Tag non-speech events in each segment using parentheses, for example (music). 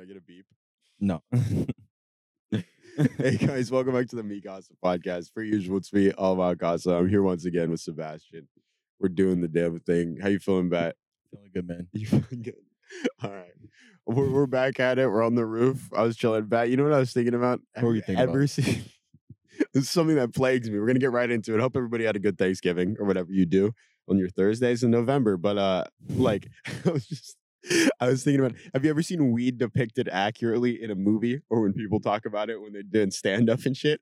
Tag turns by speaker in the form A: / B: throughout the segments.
A: I get a beep?
B: (laughs) No.
A: hey guys, welcome back to the Me Gossip Podcast. Per usual, it's me, all about gossip. I'm here once again with Sebastian. We're doing the damn thing. How you feeling, Bat? (laughs)
B: Feeling good, man.
A: You feeling good? All right, we're, we're back at it. We're on the roof. I was chilling, Bat. You know what I was thinking about?
B: What were you thinking
A: ever
B: about?
A: seen? (laughs) this is something that plagues me. We're gonna get right into it. Hope everybody had a good Thanksgiving or whatever you do on your Thursdays in November. But uh, like (laughs) I was just. I was thinking about have you ever seen weed depicted accurately in a movie or when people talk about it when they're doing stand up and shit?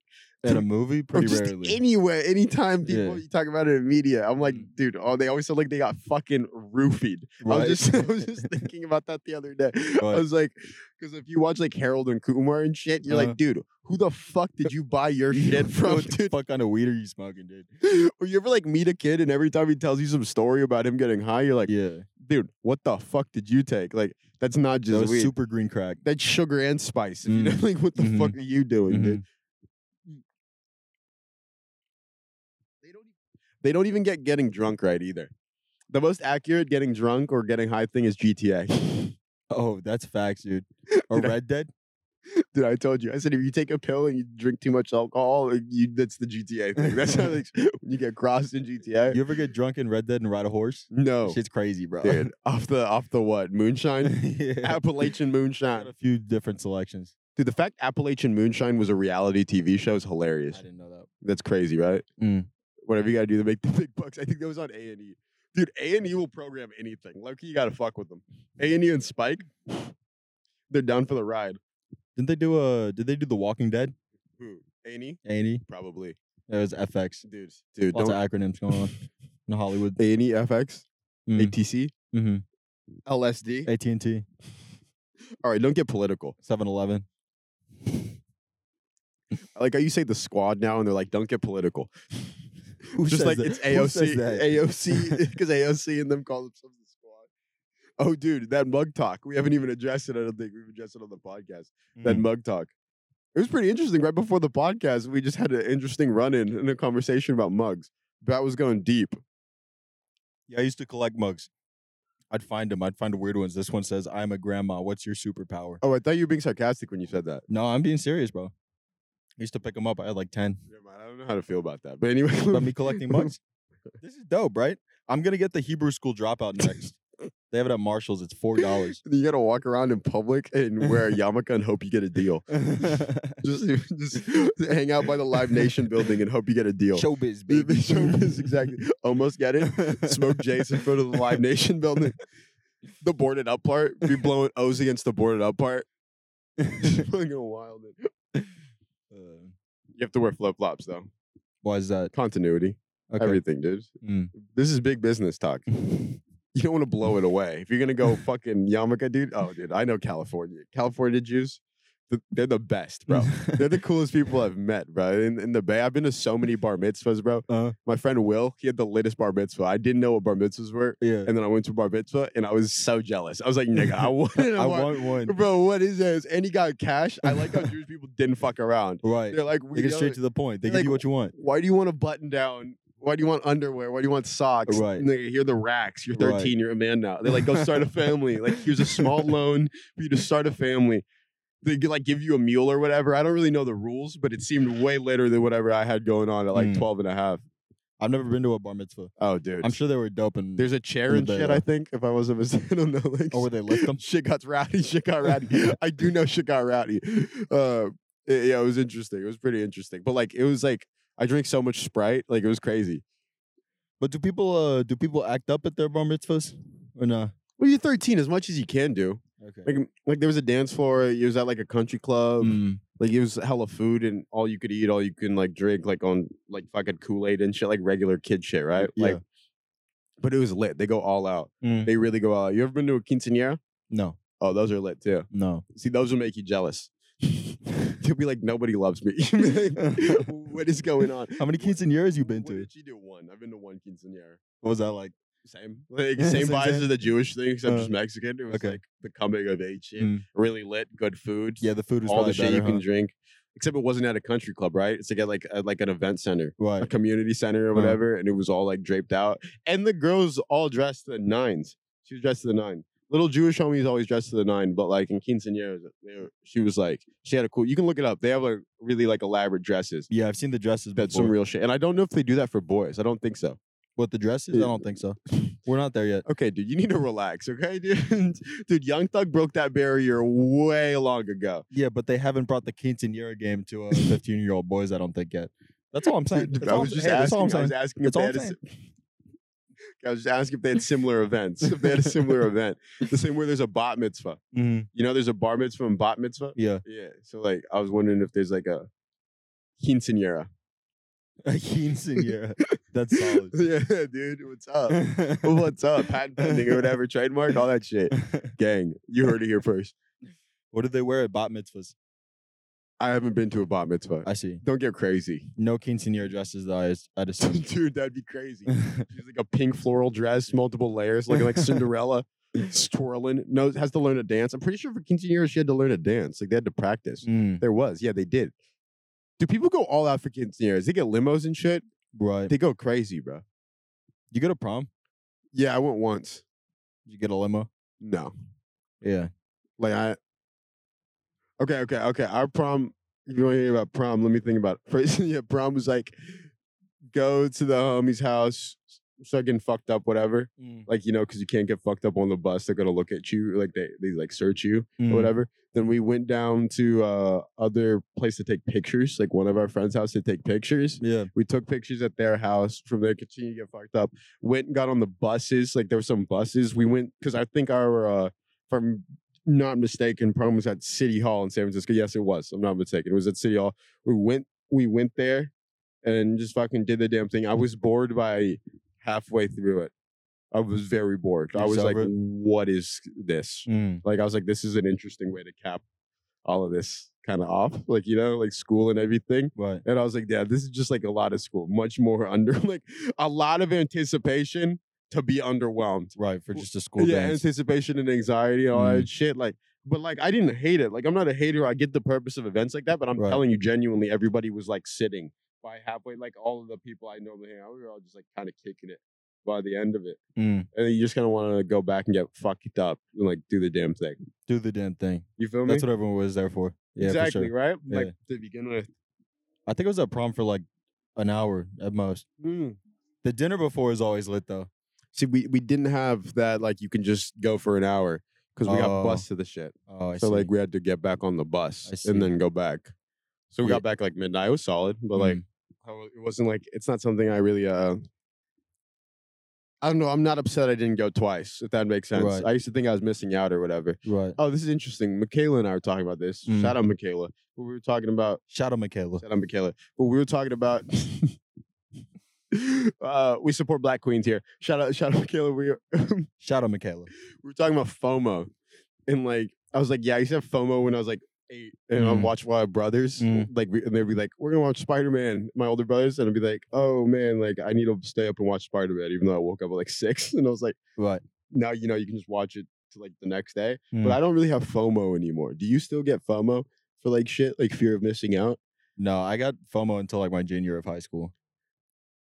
A: (laughs)
B: In a movie,
A: Or
B: pretty
A: just
B: rarely.
A: anywhere, anytime people
B: Yeah.
A: you talk about it in media, I'm like,
B: Mm.
A: dude, oh, they always sound like they got fucking roofied. I was
B: Right?
A: just, (laughs) I was
B: (laughs)
A: just thinking about that the other day. I
B: Right.
A: was like, because if you watch like Harold and Kumar and shit, you're
B: Uh-huh.
A: like, dude, who the fuck did you buy
B: (laughs)
A: your
B: (laughs) You
A: shit
B: don't know
A: from,
B: what the
A: dude?
B: fuck kind of weed are you smoking, dude?
A: Or you ever like meet a kid and every time he tells you some story about him getting high, you're like,
B: yeah,
A: dude, what the fuck did you take? Like, that's not
B: that
A: just
B: was
A: weed.
B: super green crack.
A: that's sugar and spice. If you
B: Mm.
A: know, (laughs) like, what the fuck are you doing, dude?
B: Mhm.
A: They don't. e, They don't even get getting drunk right either. The most accurate getting drunk or getting high thing is GTA.
B: Oh, that's
A: (laughs)
B: facts, dude. Or
A: Did I-
B: Red Dead?
A: (laughs) Dude, I told you. I said if you take a pill and you drink too much alcohol, like, you that's the
B: (laughs)
A: GTA thing. That's how like, when you get crossed in GTA.
B: You uh, ever get drunk in Red Dead and ride a horse? (laughs)
A: no,
B: Shit's crazy, bro.
A: Oh, dude, off the off the what
B: (laughs)
A: moonshine,
B: yeah.
A: Appalachian
B: Got
A: moonshine.
B: a few different selections.
A: Dude, the fact Appalachian moonshine was a reality TV show is
B: I
A: hilarious.
B: didn't know that.
A: That's crazy, right?
B: Mm.
A: Whatever you got to do to make (laughs) the big bucks. I think that was on A and E. Dude, A and E will program anything. Loki, you got to fuck with them. A and E and Spike, they're down for the ride.
B: Didn't they do a? Did they do The Walking Dead?
A: Who? A and E?
B: Any?
A: Probably.
B: That was FX.
A: Dude, dude,
B: Lots
A: don't.
B: of
A: (laughs)
B: acronyms going on in Hollywood.
A: A and E FX,
B: Mm.
A: ATC,
B: Mm-hmm.
A: LSD.
B: AT and T,
A: All right, don't get political.
B: Seven Eleven.
A: Like how you say the squad now, and they're like, don't get political.
B: (laughs) Who
A: Just
B: says
A: like
B: that?
A: it's
B: (laughs) Who says
A: AOC,
B: that? (laughs)
A: (laughs) AOC, because AOC and them call themselves the squad. Oh, dude, that mug talk. We haven't even addressed it. I don't think we've addressed it on the podcast. (laughs) That
B: Mm.
A: mug talk. It was pretty interesting. Right before the podcast, we just had an interesting run in and a conversation about mugs. That was going deep.
B: Yeah, I used to collect mugs. I'd find them. I'd find the weird ones. This one says, "I'm a grandma. What's your superpower?"
A: Oh, I thought you were being sarcastic when you said that.
B: No, I'm being serious, bro. I used to pick them up. I had like ten.
A: Never mind. I don't know how to feel about that. But anyway,
B: About
A: (laughs)
B: me collecting mugs. This is dope, right? I'm gonna get the Hebrew school dropout next. they have it at Marshalls. It's
A: (laughs)
B: four dollars.
A: you got to walk around in public and wear a yarmulke and hope you get a deal. Just, (laughs) just hang out by the Live Nation building and hope you get a deal. The- (laughs)
B: Showbiz,
A: the
B: baby.
A: showbiz,
B: (laughs)
A: exactly. Almost get it. Smoke Jays in (laughs) front of the Live Nation building. (laughs) The boarded up part, be blowing O's against the boarded up part. (laughs) Just fucking wild. dude.
B: Uh,
A: You have to wear flip flops though.
B: why is that?
A: Continuity,
B: Okay. (laughs)
A: everything, dude.
B: Mm.
A: This is big business talk. You don't want to blow it away. If you're gonna go fucking yarmulke, dude. Oh, dude, I know California. California Jews, th- they're the best, (laughs)
B: (laughs)
A: bro. They're the coolest people I've met, bro. In, in the Bay, I've been to so many bar mitzvahs, bro.
B: Uh,
A: My friend Will, he had the latest bar mitzvah. I didn't know what bar mitzvahs were.
B: yeah.
A: And then I went to a bar mitzvah and I was so jealous. I was like, nigga, (laughs) I wanted a
B: I
A: bar-
B: want one.
A: (laughs) Bro, what is this? And he got cash. I like how Jewish people didn't fuck around.
B: Right.
A: They're like, we
B: They get
A: know-
B: straight to the point. They
A: they're
B: give you
A: like,
B: what you
A: (laughs)
B: want.
A: why do you want a button down? Why do you want underwear? Why do you want socks?
B: Right.
A: Nigga, here are the racks. You're
B: Right.
A: 13. You're a man now. They're like, go start a family. like, here's a small loan for you to start a family. They g- like give you a meal or whatever. I don't really know the rules, but it seemed way later than whatever I had going on at like
B: Mm.
A: 12 and a half.
B: I've never been to a bar mitzvah.
A: Oh, dude.
B: I'm sure they were dope and
A: There's a chair and
B: They
A: shit,
B: are.
A: I think, if I wasn't mistaken. (laughs) I don't know. Like,
B: or where
A: (laughs)
B: they lift them.
A: shit got rowdy. Shit got rowdy. I do know shit got rowdy. Uh, it, yeah, it was interesting. It was pretty interesting. But like, it was like I drank so much Sprite, like it was crazy.
B: But do people uh do people act up at their bar mitzvahs or no?
A: Well, you're 13, as much as you can do.
B: Okay.
A: Like, like there was a dance floor. You was at like a country club.
B: Mm,
A: Like it was hella food and all you could eat, all you can like drink, like on like fucking Kool Aid and shit, like regular kid shit, right? Like,
B: yeah.
A: but it was lit. They go all out.
B: mm.
A: They really go all out. You ever been to a quinceanera?
B: No,
A: Oh, those are lit too.
B: no.
A: See, those will make you
B: (laughs)
A: jealous. You'll be like, nobody loves me. You'll be like, what is going on?
B: (laughs) How many
A: What-
B: quinceañeras you been
A: what
B: to?
A: Did she do one? I've been to one quinceanera.
B: What was that like?
A: Same, like
B: (laughs) Yeah,
A: same
B: same,
A: vibes
B: same.
A: as the Jewish thing, except
B: Uh,
A: just Mexican. It was
B: okay.
A: like the coming of age shit.
B: Mm.
A: Really lit, good food.
B: Yeah, the food was
A: all the
B: probably
A: shit
B: better,
A: you can
B: huh?
A: drink. Except it wasn't at a country club, right? It's like at like at like an event center, a
B: Right.
A: community center or
B: Uh.
A: whatever, and it was all like draped out. And the girls all dressed to the nines. She was dressed to the nine. little Jewish homies always dressed to the nine, but like in quinceañeras, they were, she was like, she had a cool. You can look it up. They have like really like elaborate dresses.
B: Yeah, I've seen the dresses, but
A: That's some real shit. And I don't know if they do that for boys. I don't think so.
B: What the dresses? I don't think so. We're not there yet.
A: Okay, dude, you need to (laughs) relax. Okay, dude, dude, Young Thug broke that barrier way long ago.
B: Yeah, but they haven't brought the quinceanera game to uh, 15 year old boys, I don't think, yet. That's all I'm saying.
A: Dude,
B: That's
A: I
B: all
A: was
B: I'm-
A: just
B: hey, that's all
A: asking. I was
B: I'm saying.
A: asking if
B: That's
A: they
B: all
A: had
B: I'm
A: a,
B: saying.
A: si- I was just asking if they had similar events. If they had a
B: (laughs)
A: similar event, the same way there's a bat mitzvah.
B: Mhm,
A: You know, there's a bar mitzvah and bat mitzvah.
B: Mm-hmm. Yeah.
A: (laughs) Yeah. So like, I was wondering if there's like a quinceanera.
B: A quinceanera. That's (laughs) solid.
A: yeah, dude. What's up? (laughs) what's up? Patent pending or whatever, trademark, all that shit.
B: (laughs)
A: Gang, you heard it here first.
B: what did they wear at bat mitzvahs?
A: I haven't been to a bat mitzvah.
B: I see.
A: Don't get crazy. (laughs)
B: No quinceanera dresses, though, I, as- I'd assume.
A: Dude, that'd be crazy. She's like a pink floral dress, multiple layers, looking like Cinderella, s- twirling. No, has to learn a dance. I'm pretty sure for quinceanera she had to learn a dance. Like they had to practice.
B: Mm,
A: There was, yeah, they did. Do people go all out for quinceaneras? They get limos and shit.
B: right.
A: They go crazy, bro.
B: You go to prom?
A: Yeah, I went once.
B: You get a limo?
A: No,
B: Yeah.
A: like I. Okay, okay, okay. Our prom. If you want to hear about prom? Let me think about it. (laughs) First, yeah, prom was like, go to the homie's house, start getting fucked up, whatever. like you know because you can't get fucked up on the bus they're gonna look at you like they, they like search you
B: Mm.
A: or whatever then we went down to uh other place to take pictures like one of our friends house to take pictures
B: Yeah.
A: we took pictures at their house from there continued to get fucked up went and got on the buses like there were some buses we went because i think our uh if i'm not mistaken prom was at city hall in san francisco yes it was i'm not mistaken it was at city hall we went we went there and just fucking did the damn thing i was bored by halfway through it i was very bored i
B: You're
A: was like
B: sober?
A: what is this
B: Mm.
A: like I was like, this is an interesting way to cap all of this kind of off, like you know, like school and everything.
B: Right.
A: And I was like, yeah, this is just like a lot of school, much more under (laughs) like a lot of anticipation to be underwhelmed.
B: Right. For just a school
A: yeah,
B: dance.
A: anticipation and anxiety, all
B: Mm-hmm.
A: that shit. Like, but like I didn't hate it. Like I'm not a hater. I get the purpose of events like that, but I'm
B: Right.
A: telling you, genuinely, everybody was like sitting by halfway. Like all of the people I normally hang out, with, we were all just like kind of kicking it by the end of it.
B: Mm.
A: And then you just kind of want to go back and get fucked up and like do the damn thing.
B: Do the damn thing.
A: You feel me?
B: That's what everyone was there for. Yeah, for
A: exactly
B: sure.
A: right. Like
B: Yeah.
A: to begin with,
B: I think I was at prom for like an hour at most.
A: Mm.
B: The dinner before is always lit though.
A: see, we we didn't have that. Like you can just go for an hour because we got
B: Oh,
A: bus to the shit.
B: Oh, I
A: so
B: see.
A: like we had to get back on the bus
B: I see.
A: and then go back. So we
B: Yeah.
A: got back like midnight. It was solid, but like
B: Mm.
A: I wa- it wasn't like it's not something I really. uh I don't know. I'm not upset I didn't go twice. If that makes sense.
B: Right.
A: I used to think I was missing out or whatever.
B: right.
A: Oh, this is interesting. Michaela and I were talking about this.
B: Mm.
A: Shout out Michaela. We were talking about
B: Shout out Michaela.
A: Shout out Michaela. But we were talking about (laughs) uh we support black queens here. Shout out shout out (laughs) Michaela. We were, we
B: Shout out Michaela.
A: were talking about FOMO. And like I was like, yeah, I used to have FOMO when I was like eight and I'd
B: Mm.
A: watch my brothers.
B: Mm.
A: Like we, and they'd be like, We're gonna watch Spider Man, my older brothers, and I'd be like, Oh man, like I need to stay up and watch Spider Man, even though I woke up at like six. (laughs) And I was like,
B: Right.
A: now you know you can just watch it to like the next day.
B: Mm.
A: But I don't really have FOMO anymore. Do you still get FOMO for like shit, like fear of missing out?
B: No, I got FOMO until like my junior year of high school.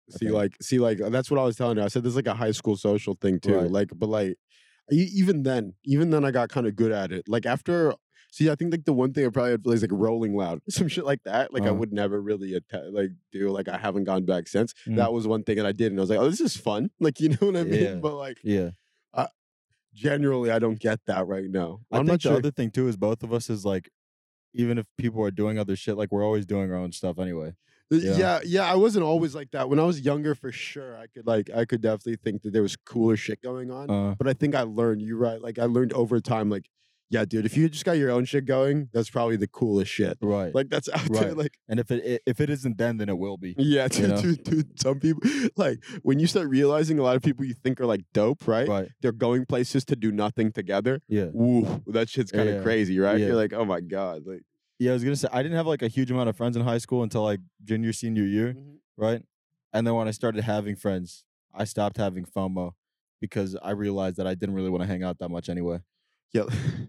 A: See,
B: Okay.
A: like, see, like, uh, that's what I was telling her. I said this is like a high school social thing too.
B: Right.
A: Like, but like, e- even then, even then, I got kind of good at it. Like after, see, I think like the one thing I probably had is like rolling loud, (laughs) some shit like that. Like I
B: Uh-huh.
A: would never really atta- like do. Like I haven't gone back since.
B: Mm.
A: That was one thing that I did, and I was like, oh, this is fun. (laughs) Like you know what I mean?
B: Yeah.
A: But like,
B: Yeah.
A: generally, I don't get that right now.
B: I
A: I'm
B: think
A: not
B: the
A: sure.
B: other thing too is both of us is like, even if people are doing other shit, like we're always doing our own stuff anyway.
A: Yeah.
B: Yeah.
A: yeah, I wasn't always like that. When I was younger, for sure, I could like, I could definitely think that there was cooler shit going on.
B: Uh,
A: but I think I learned. You're right. Like I learned over time. Like, yeah, dude, if you just got your own shit going, that's probably the coolest shit.
B: right.
A: Like that's out there.
B: Right.
A: Like,
B: and if it if it isn't then, then it will be.
A: yeah, dude,
B: know?
A: dude, dude. Some people, like, when you start realizing a lot of people you think are like dope, right?
B: Right.
A: They're going places to do nothing together.
B: Yeah.
A: Ooh, that shit's kind of
B: Yeah.
A: crazy, right?
B: Yeah.
A: You're like, oh my god, like,
B: Yeah, I was gonna say I didn't have like a huge amount of friends in high school until like junior senior year,
A: Mhm.
B: right? And then when I started having friends, I stopped having FOMO because I realized that I didn't really want to hang out that much anyway.
A: yeah, (laughs)
B: (laughs)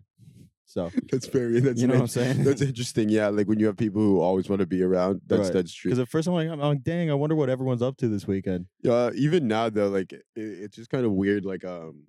B: So
A: that's very. That's
B: you know
A: an
B: what I'm
A: in-
B: saying?
A: That's interesting. Yeah, like when you have people who always want to be around, that's
B: Right.
A: that's true.
B: Because at first I'm like, I'm like, dang, I wonder what
A: Uh,
B: everyone's up to this weekend.
A: Yeah, even now though, like it, it's just kind of weird. Like, um,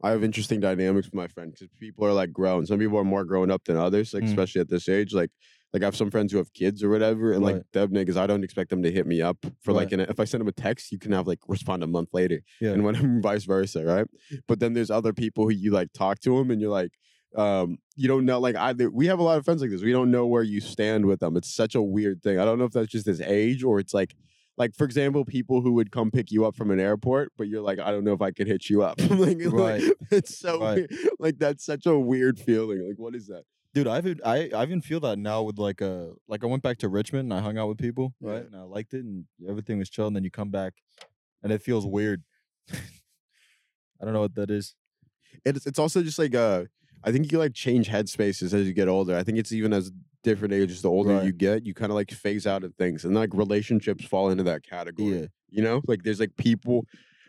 A: I have interesting dynamics with my friends because people are like grown. Some people are more grown up than others, like
B: Mm.
A: especially at this age. Like, like I have some friends who have kids or whatever, and like
B: Right.
A: them niggas, I don't expect them to hit me up for like.
B: Right.
A: An, if I send them a text, you can have like respond a month later,
B: Yeah.
A: and when (laughs) vice versa, right? But then there's other people who you like talk to them, and you're like, um, you don't know. Like either we have a lot of friends like this. We don't know where you stand with them. It's such a weird thing. I don't know if that's just his age or it's like like for example, people who would come pick you up from an airport, but you're like, I don't know if I could hit you up. (laughs) like, like,
B: Right.
A: it's so
B: Right.
A: weird. like that's such a weird feeling. Like, what is that?
B: dude i've even- I, I even feel that now with like a like i went back to richmond and i hung out with people
A: Yeah.
B: right and i liked it and everything was chill and then you come back and it feels weird (laughs) i don't know what that is
A: It's it's also just like uh, I think you like change headspaces as you get older. I think it's even as different ages. The older
B: Right.
A: you get, you kind of like phase out of things, and like relationships fall into that category.
B: Yeah.
A: You know, like there's like people.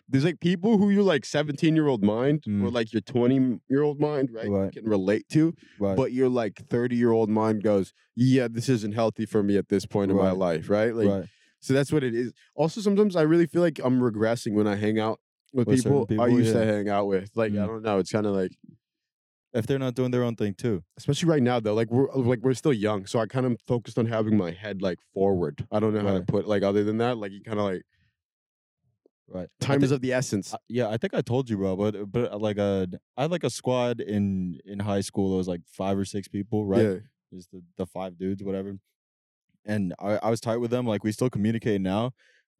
A: There's like people who your like 17 year old mind or
B: Mm.
A: like your 20 year old mind, right?
B: Right.
A: Can relate to,
B: right
A: but your like 30 year old mind goes yeah this isn't healthy for me at this point in my
B: Right.
A: life right like
B: right
A: so that's what it is also sometimes i really feel like i'm regressing when i hang out with,
B: With certain
A: people, i
B: people,
A: used to
B: yeah.
A: hang out with like i
B: Mm.
A: don't know it's kind of like
B: if they're not doing their own thing too
A: especially right now though like we're uh, like we're still young so i kind of focused on having my head like forward i don't know how to
B: Right.
A: put like other than that like you kind of like
B: right I
A: time
B: thi-
A: is of the essence
B: I- yeah i think i told you bro but but uh, like uh i had like a squad in in high school it was like five or six people right
A: yeah (laughs)
B: just the, the five dudes, whatever. And I, I was tight with them. Like we still communicate now,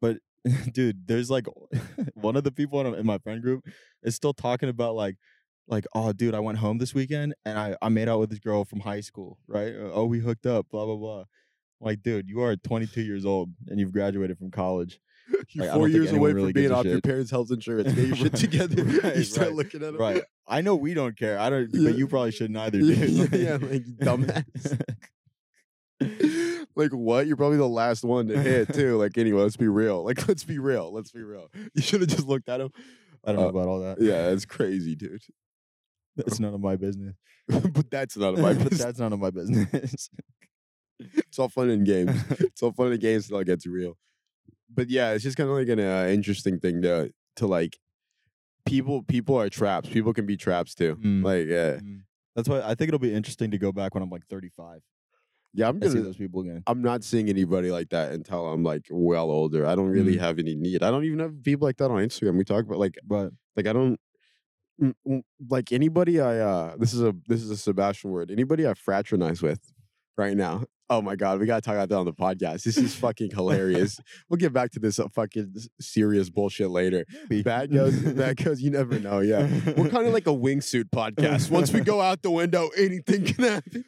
B: but (laughs) dude, there's like (laughs) one of the people in, in my friend group is still talking about like, like oh dude, I went home this weekend and I I made out with this girl from high school, right? Or, Oh we hooked up, blah blah blah. Like dude, you are 22 years old and you've graduated from college,
A: you're
B: Like, I
A: four
B: don't think
A: years
B: anyone
A: away
B: really
A: from being
B: gives a
A: off your
B: shit.
A: parents health
B: (laughs)
A: insurance get your shit
B: Right,
A: together (laughs) you
B: right,
A: start
B: right,
A: looking at them
B: right? I know we don't care. I don't,
A: Yeah.
B: but you probably
A: (laughs)
B: shouldn't either,
A: yeah,
B: dude. (laughs)
A: yeah, like you dumbass (laughs) like what? You're probably the last one to
B: (laughs)
A: hit too. Like anyway, let's be real. Like (laughs) let's be real. Let's be real. (laughs) You should have just looked at him.
B: I don't know
A: Uh,
B: about all that.
A: Yeah, that's crazy, dude. (laughs)
B: it's none of my business.
A: but that's not my (laughs)
B: but
A: business.
B: that's none of my business. (laughs)
A: It's all fun and games. It's all fun and games until it gets real. But yeah, it's just kind of like an uh, interesting thing to to like. People people are traps. People can be traps too.
B: Mm.
A: Like yeah,
B: Mm. That's why I think it'll be interesting to go back when I'm like 35
A: yeah. I'm
B: and see
A: gonna.
B: those people again.
A: I'm not seeing anybody like that until I'm like well older. I don't really
B: Mm.
A: have any need. I don't even have people like that on Instagram. We talk about like
B: But
A: Like I don't mm, mm, like anybody I uh this is a this is a Sebastian word. Anybody I fraternize with right now. Oh my god, we gotta talk about that on the podcast. This is fucking hilarious. we'll get back to this uh, fucking s- serious bullshit later.
B: Maybe.
A: Bad goes bad goes, you never know, (laughs) yeah. We're
B: (laughs)
A: kind of (laughs) like a wingsuit podcast. Once we go out the window, anything can happen.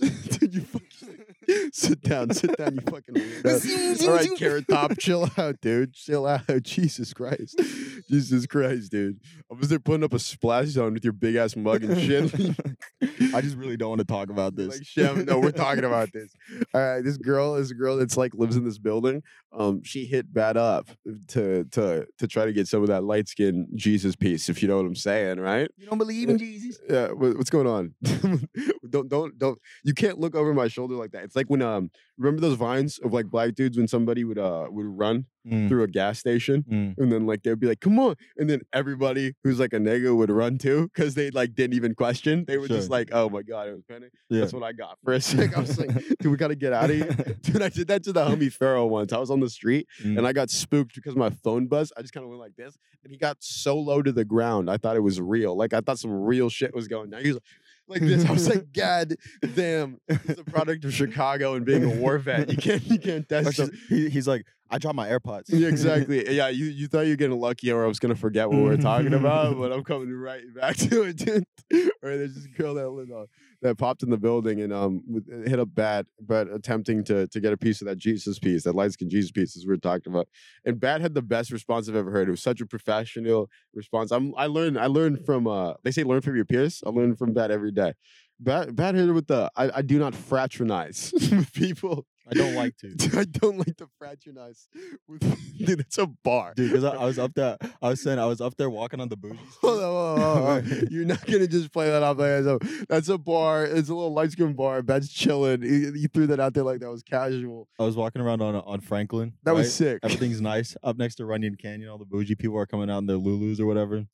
A: Dude, you
B: (laughs)
A: fucking (laughs) sit down, sit down, you fucking weirdo. All right,
B: (laughs)
A: Carrot Top, chill out, dude. Chill out. (laughs) Jesus Christ. Jesus Christ, dude. I was there putting up a splash zone with your big ass mug and shit. (laughs)
B: I just really don't want to talk (laughs) about this.
A: Like, Shem, no, we're
B: (laughs)
A: talking about this. All right, this girl is a girl that's like lives in this building. Um, she hit bad up to to to try to get some of that light skin Jesus piece, if you know what I'm saying, right?
B: you don't believe
A: in
B: Jesus?
A: (laughs) Yeah, wha- what's going on? (laughs) don't don't don't. You can't look over my shoulder like that. It's like when um, remember those vines of like black dudes when somebody would uh would run
B: Mm.
A: through a gas station. And then like they'd be like, "Come on!" And then everybody who's like a nigga would run too because they like didn't even question. They were just
B: Sure.
A: like, "Oh my god, it was panic."
B: Yeah.
A: That's what I got for a (laughs) sec. I was
B: (laughs)
A: like, "Dude, we gotta get out of (laughs) here." Dude, I did that to the homie Pharaoh once. I was on the street
B: Mm-hmm.
A: and I got spooked because my phone buzzed. I just kind of went like this, and he got so low to the ground. I thought it was real. Like I thought some real shit was going down. He was like, like this. I was like, God damn! He's a product of Chicago and being a war vet. You can't you can't
B: Or
A: test
B: she's-
A: him.
B: he- he's like, I dropped my AirPods.
A: Yeah,
B: (laughs)
A: exactly. Yeah, you, you thought you were getting lucky or I was gonna forget what we were talking about, but I'm coming right back to it. dude. (laughs) or there's this girl that lived on, that popped in the building and um with- uh, hit a bat, but attempting to to get a piece of that Jesus piece, that light skin Jesus piece, as we were talking about. And Bat had the best response I've ever heard. It was such a professional response. I'm I learned I learned from uh they say learn from your peers. I learn from Bat every day. Bat Bat hit it with the I, I do not fraternize (laughs) with people.
B: I don't like
A: (laughs)
B: to.
A: Dude, I don't like to fraternize with (laughs) dude. That's a bar.
B: Dude, because I, I was up there, I was saying I was up there walking on the bougie.
A: (laughs) Hold on, hold on, hold
B: (laughs)
A: on. You're not gonna just play that off by yourself. That's a bar. It's a little light skin bar. That's chilling. You, you threw that out there like that was casual.
B: I was walking around on on Franklin.
A: That
B: right?
A: was sick. (laughs)
B: Everything's nice up next to Runyon Canyon. All the bougie people are coming out in their Lulus or whatever.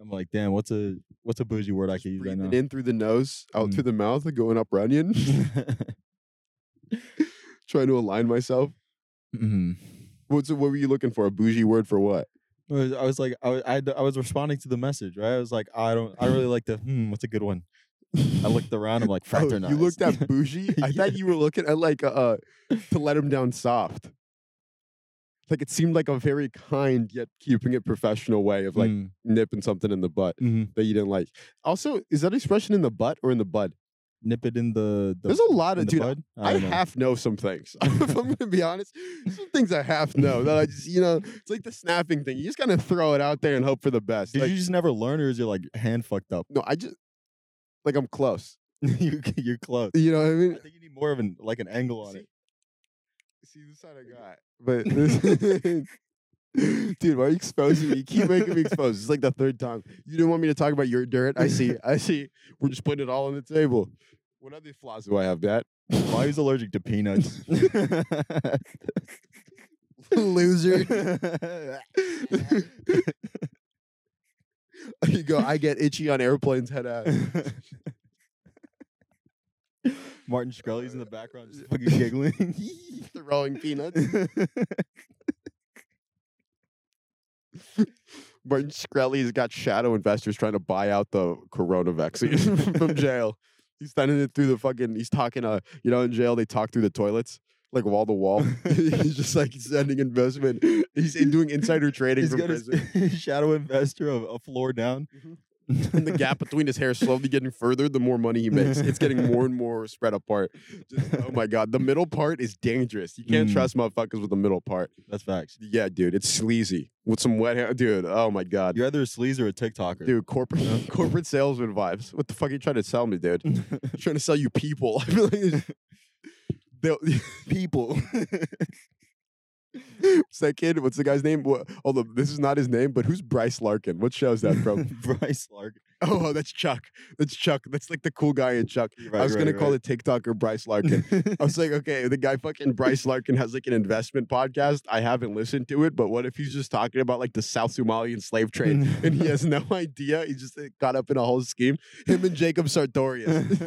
B: I'm like, damn, what's a what's a bougie word I
A: Just
B: could use right
A: breathing
B: now?
A: in through the nose, out
B: Mm.
A: through the mouth, and going up onion, (laughs) trying to align myself.
B: (laughs) Mhm.
A: What's what were you looking for? A bougie word for what?
B: I was, I was like, I, was- I, had- I was responding to the message, right? I was like, I don't, I really like the, hmm, what's a good one? I looked around, I'm like,
A: Oh,
B: fraternize.
A: you looked
B: (laughs)
A: at bougie. I thought
B: Yeah.
A: you were looking at like uh to let him down soft. Like it seemed like a very kind yet keeping it professional way
B: (laughs)
A: of like
B: Mm,
A: nipping something in the butt
B: mhm.
A: that you didn't like. Also, is that expression in the butt or in the bud?
B: nip it in the. the
A: There's a lot of
B: in the
A: dude.
B: bud?
A: I,
B: don't know.
A: half know some things. (laughs) if I'm gonna be honest, some things I
B: (laughs)
A: half know that I just you know it's like the snapping thing. You just kind of throw it out there and hope for the best.
B: Did
A: Like,
B: you just never learn, or is your like hand fucked up? (laughs)
A: no, I just like I'm close.
B: you, you're close.
A: (laughs) You know what I
B: I
A: mean?
B: think you need more of an like an angle on it.
A: See, this side I got, (laughs) but this- dude, why are you exposing me? You keep making me exposed. It's like the third time. You didn't want me to talk about your dirt. I see. I see. We're just putting it all on the table. What other flaws do I have, Dad? (laughs)
B: Well, I was allergic to peanuts.
A: Loser. you go. I get itchy on airplanes head ass.
B: (laughs) Martin Shkreli's in the background, just fucking giggling.
A: (laughs) (laughs) Throwing peanuts. Martin Shkreli's got shadow investors trying to buy out the corona vaccine (laughs) from jail. He's sending it through the fucking. He's talking. Uh, you know, in jail they talk through the toilets, like wall to wall. (laughs) He's just like sending investment. He's in- doing insider (laughs) trading
B: He's
A: from
B: got his
A: prison.
B: (laughs) shadow investor of a floor down.
A: Mhm.
B: (laughs)
A: And the gap between his hair slowly getting further the more money he makes. It's (laughs) getting more and more spread apart. Just, oh my god, the middle part is dangerous. You can't
B: Mm.
A: trust motherfuckers with the middle part.
B: That's facts.
A: Yeah, dude, it's sleazy with some wet hair, dude. Oh my god,
B: You're either a sleaze or a TikToker.
A: dude, corporate (laughs) corporate salesman vibes. What the fuck are you trying to sell me, (laughs) dude?
B: (laughs)
A: I'm trying to sell you people. (laughs) I feel like it's- they'll- (laughs)
B: people.
A: what's that kid? What's the guy's name? Wha- Although this is not his name, but who's Bryce Larkin? What show is that from?
B: (laughs) Bryce Lark.
A: oh, that's Chuck. That's Chuck. That's like the cool guy in Chuck. I was gonna call it TikToker Bryce Larkin. I was like, okay, the guy fucking Bryce Larkin has like an investment podcast. I haven't listened to it, but what if he's just talking about like the South Somalian slave
B: (laughs)
A: trade
B: Mm-hmm.
A: and he has no (laughs) idea? He just like, got up in a whole scheme. Him and Jacob
B: (laughs)
A: Sartorius.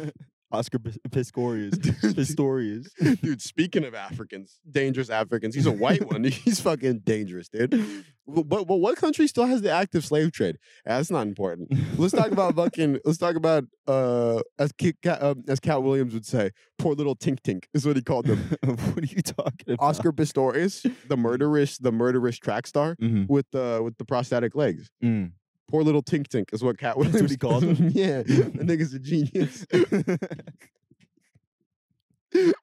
B: Oscar Pis-
A: (laughs)
B: Pistorius. Pistorius. (laughs)
A: dude, speaking of Africans, dangerous Africans, he's a white one. (laughs) He's fucking dangerous, dude. But, but, but what country still has the active slave trade? That's not important. Let's talk about fucking. Let's talk about uh, as Ki- Cat, um, as Cat Williams would say, "Poor little Tink Tink" is what he called them.
B: (laughs) what are you talking about?
A: Oscar Pistorius, the murderous, the murderous track star
B: Mhm.
A: with the with the prosthetic legs.
B: Mm.
A: Poor little Tink Tink is what Cat
B: That's
A: Williams. (laughs)
B: what he called him?
A: yeah,
B: (laughs)
A: that nigga's a genius.
B: Mm.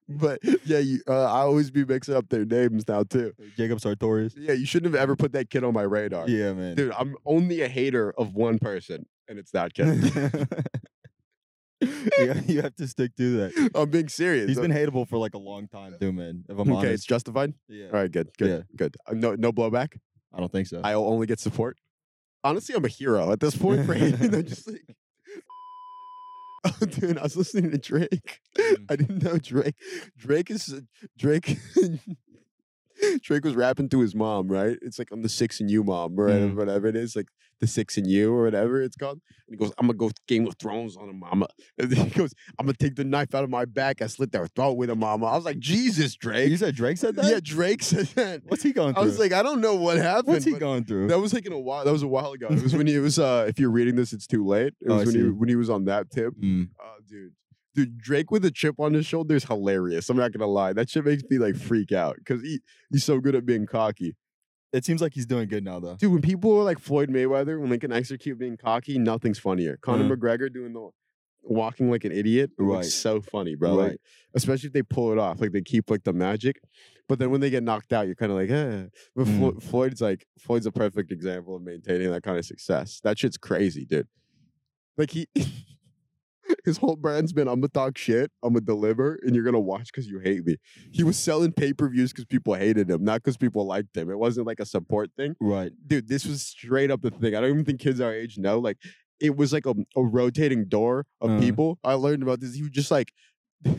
A: but yeah, you, uh, I always be mixing up their names now too.
B: Jacob Sartorius.
A: Yeah, you shouldn't have ever put that kid on my radar,
B: Yeah, man. (laughs)
A: dude. I'm only a hater of one person, and it's that
B: (laughs)
A: kid.
B: you, you have to stick
A: (laughs)
B: to that.
A: I'm being serious.
B: He's
A: Uh,
B: been hateable for like a long time, too, man. If I'm
A: okay. It's
B: honest,
A: justified.
B: yeah,
A: All right, good, good,
B: Yeah.
A: good. Uh, no, no blowback.
B: I don't think so.
A: I'll only get support. Honestly, I'm a hero at
B: (laughs)
A: this point for hating. (laughs) I'm
B: Mm.
A: just like, oh, dude, I was listening to Drake.
B: Mm.
A: (laughs) I didn't know Drake. Drake is uh, Drake. (laughs) Drake was rapping to his mom, right? It's like I'm the six and you mom, or
B: Mhm.
A: whatever it is, like the six and you or whatever it's called. And he goes, I'm gonna go Game of Thrones on him, mama. (laughs) And then he goes, I'm gonna take the knife out of my back. I slit their throat with a mama. I was like, Jesus,
B: you
A: Drake.
B: said Drake said that.
A: (laughs) Yeah, Drake said that.
B: What's he going
A: I
B: (laughs) through?
A: was like, I don't know what happened.
B: What's he
A: but-
B: going through?
A: that was like in a while. That was a while ago. It was when he was. Uh, if you're reading this, it's too late. It
B: Oh, I
A: was when
B: see.
A: he when he was on that tip.
B: Mm.
A: Oh, dude, dude, Drake with a chip on his shoulder is hilarious. I'm not gonna lie. That shit makes me like freak out because he he's so good at being cocky.
B: It seems like he's doing good now, though.
A: Dude, when people are like Floyd Mayweather, when they can execute being cocky, nothing's funnier. Conor
B: Uh-huh.
A: McGregor doing the walking like an idiot,
B: Right.
A: right? So funny, bro. Like,
B: Right.
A: especially if they pull it off, like they keep like the magic. But then when they get knocked out, you're kind of like, eh. But Flo- Floyd's like Floyd's a perfect example of maintaining that kind of success. That shit's crazy, dude. Like he, (laughs) his whole brand's been, I'm gonna talk shit, I'm gonna deliver, and you're gonna watch because you hate me. He was selling pay per views because people hated him, not because people liked him. It wasn't like a support thing
B: Right.
A: dude, this was straight up the thing. I don't even think kids our age know. Like, it was like a, a rotating door of
B: Uh.
A: people. I learned about this. He would just like (laughs)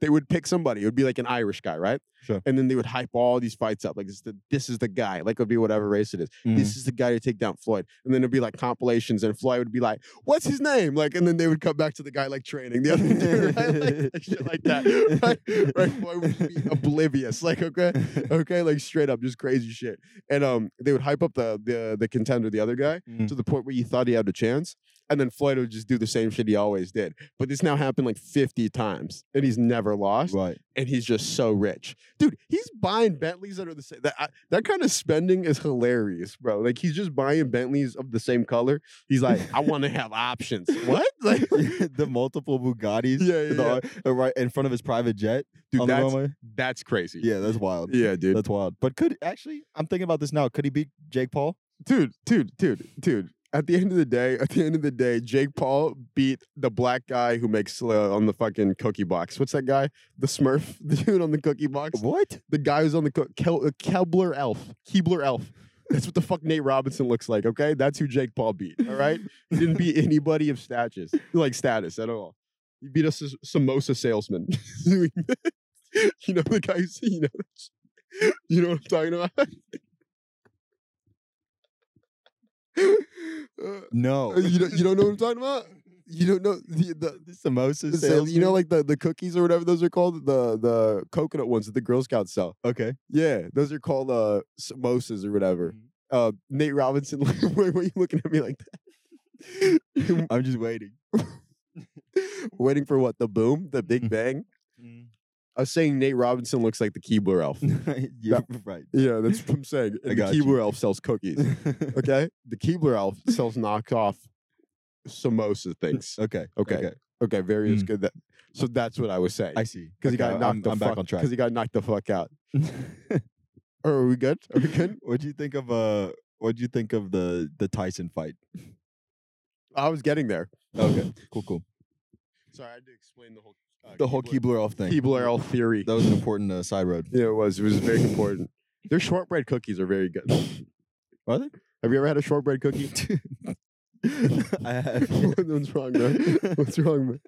A: they would pick somebody. It would be like an Irish guy, right?
B: Sure.
A: And then they would hype all these fights up. Like this, is the, this is the guy. Like it would be whatever race it is.
B: Mm-hmm. Mm.
A: This is the guy to take down Floyd. And then it'd be like compilations, and Floyd would be like, "What's his name?" Like, and then they would come back to the guy like training the other (laughs) dude,
B: (laughs)
A: right? Like, shit like that, (laughs) right? Right? Floyd would be
B: (laughs)
A: oblivious. Like, okay, okay, like straight up, just crazy shit. And um, they would hype up the the the contender, the other guy
B: Mm.
A: to
B: Mm-hmm.
A: the point where you thought he had a chance. And then Floyd would just do the same shit he always did. But this now happened like 50 times and he's never lost.
B: Right.
A: And he's just so rich. Dude, he's buying Bentleys that are the same. That, I- that kind of spending is hilarious, bro. Like he's just buying Bentleys of the same color. He's like, I want to have options.
B: (laughs)
A: What? (laughs) Like,
B: the multiple Bugattis
A: Yeah, yeah,
B: the- uh, right in front of his private jet.
A: dude,
B: on the
A: that's,
B: runway.
A: that's crazy.
B: Yeah, that's wild.
A: Yeah, dude.
B: That's wild. But could actually, I'm thinking about this now. Could he beat Jake Paul?
A: dude, dude, dude, dude. At the end of the day, at the end of the day, Jake Paul beat the black guy who makes uh, on the fucking cookie box. What's that guy? The Smurf, (laughs) the dude on the cookie box.
B: What?
A: The guy who's on the co- Kel- uh, Kebler Elf, Keebler Elf. That's what the fuck Nate Robinson looks like. Okay, that's who Jake Paul beat. All right, he didn't beat anybody of status, like status at all. He beat us as samosa salesman. (laughs) you know the guy. who's- You know. You know what I'm talking about. (laughs) Uh, (laughs)
B: No.
A: you
B: (laughs)
A: don't, you don't know what I'm talking about? You don't know the, the
B: The samosa
A: the sal- you know like the, the cookies or whatever those are called the the coconut ones that the Girl Scouts sell.
B: okay.
A: Yeah, those are called uh samosas or whatever.
B: Mhm.
A: Uh, Nate Robinson, (laughs) why why are you looking at me like that? (laughs) You
B: I'm just waiting.
A: Waiting for what? The boom, the Big
B: Mhm.
A: Bang. Mm, I was saying Nate Robinson looks like the Keebler Elf.
B: (laughs) You're right.
A: yeah, that's what I'm (laughs) saying. And the
B: got you.
A: Keebler Elf sells cookies. (laughs) Okay, the Keebler Elf sells knockoff samosa things.
B: okay.
A: Okay. Okay, very is
B: Mm.
A: good. That so that's what I was saying.
B: I see.
A: Because he
B: Okay,
A: got knocked
B: I'm,
A: the
B: I'm
A: fuck
B: back on track.
A: Because he got knocked the fuck (laughs) out. Or are we good? Are
B: (laughs)
A: we good?
B: what'd you think of uh what'd you think of the the Tyson fight?
A: I was getting there.
B: Okay. Cool, cool.
A: Sorry, I had to explain the whole uh,
B: The whole Keebler off thing.
A: Keebler L theory.
B: That was an important uh, side
A: (laughs)
B: road.
A: yeah, it was. It was very important. Their shortbread cookies are very good.
B: Are they?
A: Have you ever had a shortbread cookie?
B: I have
A: (laughs) What's wrong, man? What's wrong, man?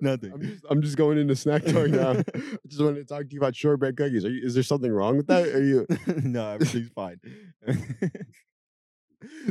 B: nothing.
A: I'm just, I'm just going into (laughs) snack talk now. I just wanted to talk to you about shortbread cookies. Are you, is there something wrong with that? Are you?
B: no, everything's fine.
A: (laughs)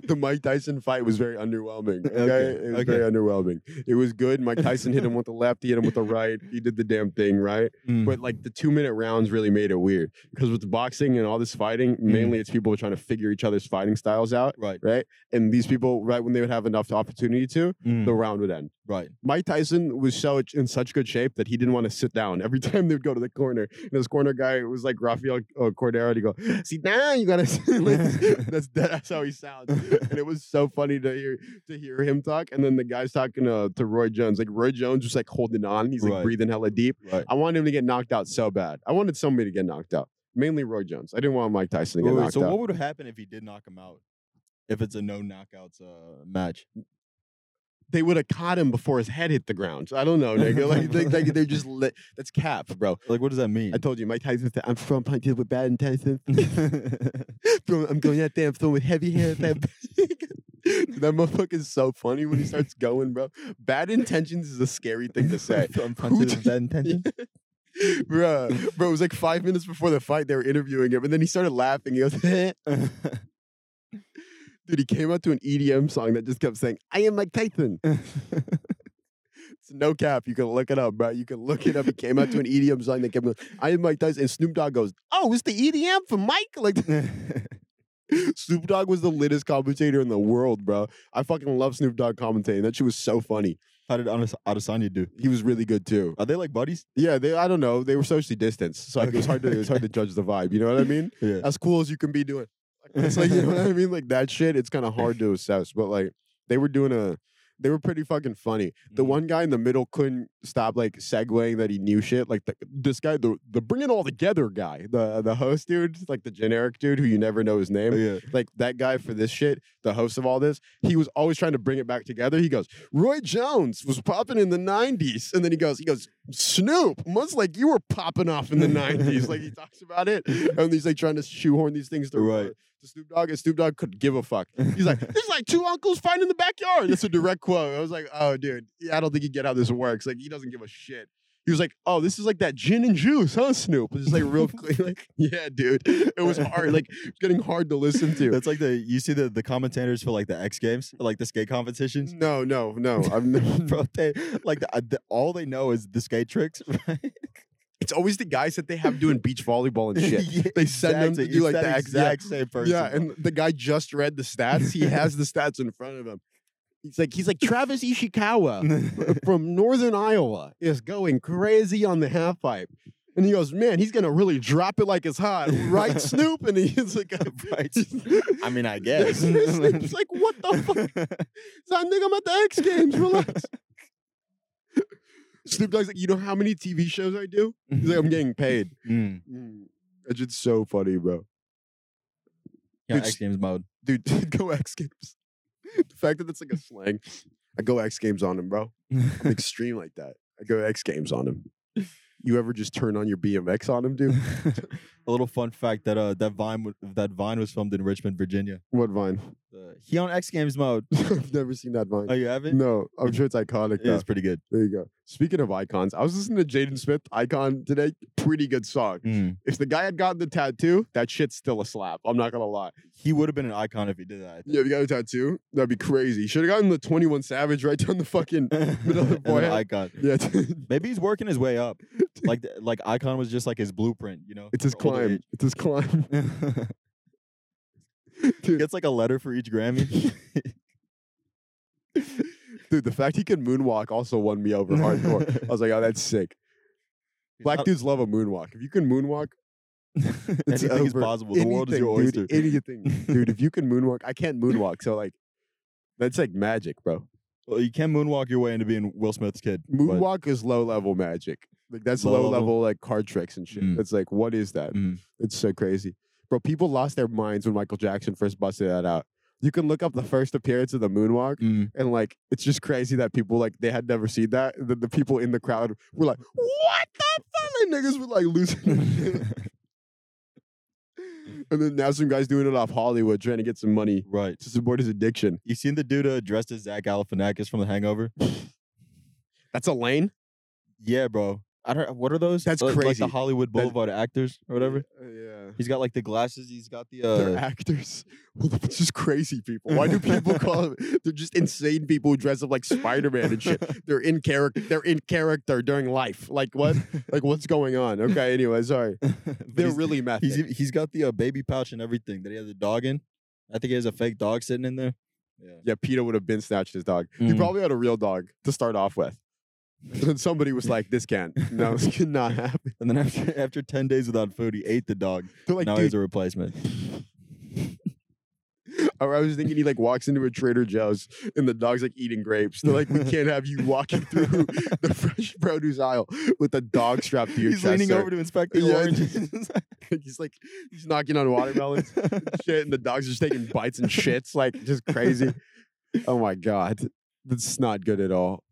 A: The Mike Tyson fight was very underwhelming. Okay,
B: Okay,
A: it was
B: okay.
A: very underwhelming. It was good. Mike Tyson hit him with the left. He hit him with the right. He did the damn thing, right?
B: but
A: But like the two minute rounds really made it weird because with the boxing and all this fighting, mainly it's people trying to figure each other's fighting styles out,
B: right,
A: right? And these people, right when they would have enough opportunity to, the
B: the-
A: round would end.
B: right.
A: Mike Tyson was so in such good shape that he didn't want to sit down. (laughs) Every time they would go to the corner, and this corner guy was like Rafael uh, Cordero to go, "See, now you gotta." (laughs) sit." like, that's that's how he sounds, and it was so funny to hear to hear him talk. And then the guys talking to, to Roy Jones, like Roy Jones was like holding on. He's like
B: Right.
A: breathing hella deep.
B: Right.
A: I wanted him to get knocked out so bad. I wanted somebody to get knocked out, mainly Roy Jones. I didn't want Mike Tyson to
B: Wait,
A: get
B: wait,
A: knocked
B: so
A: out.
B: what would have happened if he did knock him out? If it's a no knockouts uh, match.
A: they would have caught him before his head hit the ground. I don't know, nigga. Like they, they, they're just lit. That's cap, bro.
B: Like what does that mean?
A: I told you, Mike Tyson said, "I'm from punches with bad intentions. (laughs) Throwing- I'm going out there. I'm throwing with heavy hands." That, (laughs) that motherfucker is so funny when he starts going, bro. Bad intentions is a scary thing to
B: (laughs)
A: say.
B: From punches
A: did-
B: with bad intention.
A: bro, bro, it was like five minutes before the fight. They were interviewing him, and then he started laughing. He goes, "Dude, he came out to an EDM song that just kept saying, I am Mike Tyson.' It's no cap. You can look it up, bro. You can look it up. He came out to an EDM song that kept going, I am Mike Tyson. And Snoop Dogg goes, Oh, it's the EDM for Mike. Like, (laughs) Snoop Dogg was the littest commentator in the world, bro. I fucking love Snoop Dogg commentating. That shit was so funny.
B: How did Adas- Adesanya do?
A: He was really good too.
B: Are they like buddies?
A: Yeah, they I don't know. They were socially distanced. So like, it was hard to it was hard to judge the vibe. You know what I mean?
B: Yeah.
A: As cool as you can be doing. Like, (laughs) It's like you know
B: (laughs)
A: what I mean? Like that shit, it's kind of hard to assess. But like they were doing a they were pretty fucking funny.
B: Mm-hmm.
A: The
B: (laughs)
A: one guy in the middle couldn't stop like segueing that he knew shit. Like the, this guy, the the bring it all together guy, the the host dude, like the generic dude who you never know his name
B: Oh, Yeah.
A: like that guy for this shit, the host of all this, he was always trying to bring it back together. He goes, Roy Jones was popping in the 90s. And then he goes, he goes, Snoop, much like you were popping off in the 90s. like he talks about it. And he's like trying to shoehorn these things to,
B: Right.
A: uh, to Snoop Dogg, and Snoop Dogg could give a fuck. He's like, there's like two uncles fighting in the backyard. That's a direct quote. I was like, oh, dude, yeah, I don't think you get how this works. Like, he doesn't give a shit. He was like, oh, this is like that gin and juice, huh, Snoop? It's just like real (laughs) clean. Like, yeah, dude. It was hard. Like, it's getting hard to listen to.
B: That's like the you see the the commentators for like the X Games, like the skate competitions.
A: (laughs) No, no, no. I've (laughs) never,
B: (laughs) Bro, they like the, uh, the, all they know is the skate tricks, (laughs) right?
A: it's always the guys that they have doing beach volleyball (laughs) and shit.
B: (laughs) Yeah,
A: They send them to
B: exactly.
A: do
B: It's
A: like
B: that
A: the X- yeah.
B: exact same
A: (laughs)
B: person.
A: Yeah, and the guy just read the stats. (laughs) He has the stats in front of him. He's like, he's like Travis Ishikawa (laughs)
B: (laughs)
A: from Northern Iowa is going crazy on the half pipe. And he goes, man, he's gonna really drop it like it's hot, (laughs) right, Snoop? And he's (laughs) like,
B: Right. (laughs) I mean,
A: (laughs)
B: I guess. (laughs)
A: Snoop's like, what the fuck? It's that nigga, I'm at the X Games. (laughs) Relax. Snoop Dogg's like, you know how many TV shows I do? He's like, I'm getting paid.
B: (laughs) Mm.
A: It's just so funny, bro.
B: Yeah,
A: Dude,
B: X Games
A: (laughs)
B: mode. (laughs)
A: dude, go X Games. the fact that it's like a slang, I go X Games on him, bro.
B: (laughs)
A: I'm extreme like that. I go X Games on him. You ever just turn on your BMX on him, dude?
B: a little fun fact that uh that vine wa- that vine was filmed in Richmond, Virginia.
A: What vine? (laughs)
B: Uh, he on X Games mode.
A: I've never seen that vine.
B: Oh, you haven't?
A: no, I'm sure it's iconic.
B: It
A: Though.
B: is
A: (laughs)
B: pretty good.
A: There you go. Speaking of icons, I was listening to Jaden Smith Icon today. Pretty good song.
B: Mm.
A: If the guy had gotten the tattoo, that shit's still a slap. I'm not gonna lie.
B: He would have been an icon if he did that. I
A: (laughs) Yeah, if you got a tattoo, that'd be crazy. Should have gotten the 21 Savage right down the
B: (laughs)
A: fucking
B: think.
A: Middle of
B: And then
A: forehead.
B: icon.
A: yeah. (laughs)
B: Maybe he's working his way up. Like th- like icon was just like his blueprint, you know.
A: It's his
B: for
A: climb.
B: older
A: It's his (laughs)
B: (laughs)
A: climb.
B: age.
A: Dude.
B: Gets like a letter for
A: (laughs)
B: each Grammy.
A: Dude, the fact he could moonwalk also won me over (laughs)
B: (laughs)
A: hardcore. I was like, oh, that's sick. Black dudes love a moonwalk. If you can moonwalk, (laughs) it's
B: (laughs) Anything is
A: over.
B: possible. The world is your
A: Anything,
B: oyster.
A: dude,
B: (laughs)
A: anything, dude. If you can moonwalk, I can't moonwalk. So like, that's like magic, bro.
B: Well, you can moonwalk your way into being Will Smith's kid. but- (laughs)
A: Moonwalk is low level magic. Like that's
B: Low
A: low,
B: level?
A: level like card tricks and shit.
B: Mm.
A: That's like, what is that?
B: Mm.
A: It's so crazy, bro. People lost their minds when Michael Jackson first busted that out. You can look up the first appearance of the moonwalk.
B: Mm.
A: And like, it's just crazy that people like they had never seen that. The, the people in the crowd were like, "What the fuck?" And niggas were like losing. their
B: mm.
A: (laughs) shit. and then now some guys doing it off Hollywood, trying to get some money
B: (laughs) right.
A: to support his addiction.
B: You seen the dude uh, dressed as Zach Galifianakis from The Hangover?
A: That's a lane.
B: Yeah, bro. I don't. What are those?
A: That's
B: Uh, Like
A: crazy.
B: the Hollywood
A: That's-
B: Boulevard actors or whatever.
A: Yeah.
B: He's got like the glasses. He's got the.
A: They're (laughs)
B: Uh,
A: actors. Well, it's just crazy people. Why do people call them? They're just insane people who dress up like Spider Man and
B: (laughs)
A: shit. They're in character. They're in character during life. Like what? Like what's going on? Okay. Anyway, sorry.
B: (laughs) but
A: They're
B: he's-
A: really mad.
B: He's ev- he's got the uh, baby pouch and everything that he has a dog in. I think he has a fake dog sitting in there.
A: (laughs)
B: Yeah.
A: Yeah, Peter would have been snatched his dog. He
B: Mm.
A: probably had a real dog to start off with. And then somebody was like, "This
B: (laughs)
A: can't. No, this cannot happen."
B: And then after (laughs) after ten days without food, he ate the dog.
A: They're like,
B: now
A: dude.
B: he's
A: (laughs)
B: a replacement.
A: Or I was thinking he like walks into a Trader Joe's and the dog's like eating grapes. They're like, "We can't have you walking
B: (laughs)
A: through the fresh produce aisle with a dog strapped to your
B: (laughs) he's
A: chest."
B: leaning
A: sir."
B: over to inspect the
A: Yeah. (laughs)
B: (laughs) oranges.
A: he's like, he's knocking on watermelons, and shit, and the dogs are just taking bites and shits, like just
B: (laughs)
A: crazy. Oh my god, that's not good at all.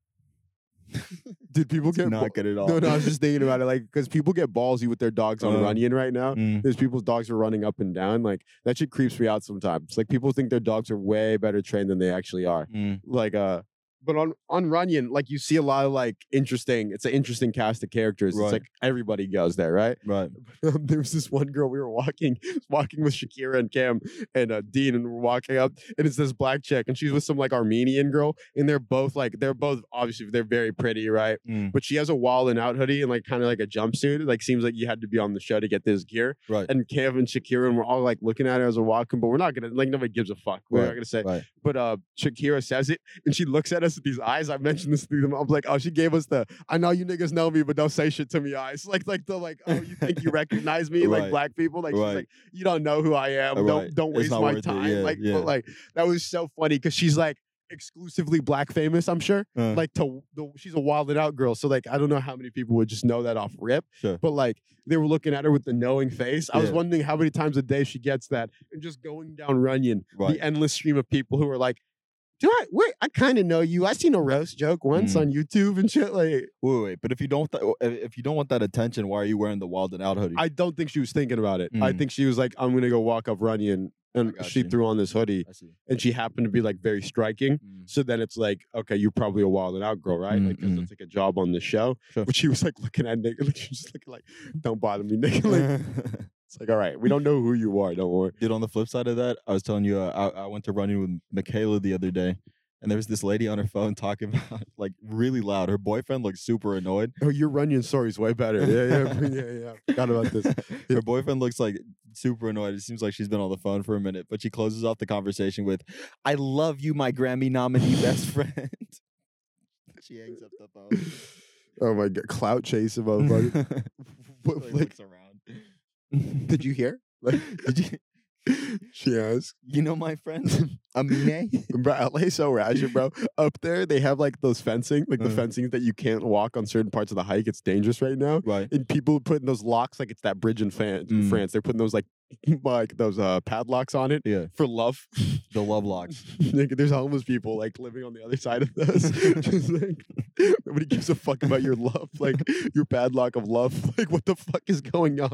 A: Did people get
B: Not good at all.
A: No, no, I was just thinking about it, like because people get ballsy with their dogs on
B: Uh,
A: Runyon right now.
B: (laughs) Mm.
A: There's people's dogs are running up and down. Like that shit creeps me out sometimes. Like people think their dogs are way better trained than they actually are.
B: Mm.
A: Like uh, but on on Runyon, like you see a lot of like interesting. It's an interesting cast of characters.
B: Right.
A: It's like everybody goes there, right? (laughs)
B: Right.
A: um, there was this one girl we were walking, (laughs) walking with Shakira and Cam and uh, Dean, and we're walking up, and it's this black chick, and she's with some like Armenian girl, and they're both like they're both obviously they're very pretty, right?
B: Mm.
A: But she has a wall and out hoodie and like kind of like a jumpsuit. Like seems like you had to be on the show to get this gear.
B: Right.
A: And Cam and Shakira, and we're all like looking at her as we're walking, but we're not gonna like nobody gives a fuck. We're not
B: Right,
A: gonna say.
B: right.
A: But uh, Shakira says it, and she looks at us with these eyes. I mentioned this to them. I'm like, oh, she gave us the I know you niggas know me, but don't say shit to me eyes. (laughs) Like like the like oh you think
B: (laughs)
A: you recognize me like
B: Right.
A: black people like
B: Right.
A: she's like you don't know who I am. Don't
B: Right.
A: don't
B: It's
A: waste
B: not
A: my
B: worth it.
A: time.
B: Yeah,
A: like
B: yeah.
A: but like that was so funny because she's like exclusively black famous. I'm sure
B: Uh,
A: like to the, she's a wilded out girl. So like I don't know how many people would just know that off rip.
B: Sure.
A: But like they were looking at her with the knowing face. I was
B: Yeah.
A: wondering how many times a day she gets that and just going down Runyon,
B: right.
A: the endless stream of people who are like, Do I wait, I kinda know you. I seen a roast joke once
B: Mm.
A: on YouTube and shit. Like
B: Wait, wait, wait, but if you don't, th- if you don't want that attention, why are you wearing the wild and out hoodie?
A: I don't think she was thinking about it. I
B: Mm.
A: think she was like, I'm gonna go walk up Runyon and
B: got
A: she
B: you.
A: threw on this hoodie,
B: I
A: (laughs)
B: see.
A: and she happened to be like very striking.
B: Mm.
A: So then it's like, okay, you're probably a wild and out girl, right? Like, 'cause
B: Mm-mm.
A: that's like a job on the show.
B: Sure.
A: But she was like looking at Nick, (laughs) like she was just looking like, don't bother me, Nick. (laughs) Like,
B: (laughs)
A: it's like, all right, we don't know who you are, don't worry.
B: Dude, on the flip side of that, I was telling you, uh, I, I went to running with Michaela the other day, and there was this lady on her phone (laughs) talking about, like, really loud. Her boyfriend looked super annoyed.
A: Oh, your Runyon story's way better. Yeah, (laughs) yeah, yeah, yeah. I Forgot about (laughs) this.
B: (laughs) her boyfriend looks like super annoyed. It seems like she's been on the phone for a minute, but she closes off the conversation with, I love you, my Grammy nominee best (laughs) friend. she hangs up the phone.
A: Oh my god, clout chase of
B: (laughs)
A: motherfucker.
B: She,
A: Oh, (laughs) What- like,
B: looks around.
A: did you hear? (laughs) Like,
B: (laughs) Did you,
A: (laughs) she asked.
B: you know
A: (laughs)
B: my friend? Amine?
A: Bro, LA's so ratchet, bro. Up there, they have like those fencing, like the
B: Uh.
A: fencing that you can't walk on certain parts of the hike. It's dangerous right now.
B: Right.
A: and people putting those locks like it's that bridge in France.
B: Mm.
A: France, they're putting those like (laughs) like those uh, padlocks on it
B: Yeah.
A: for love. (laughs)
B: The love locks.
A: Like, There's homeless people like living on the other side of this. (laughs) Just like nobody gives a fuck about your love, like your padlock of love. (laughs) Like what the fuck is going on?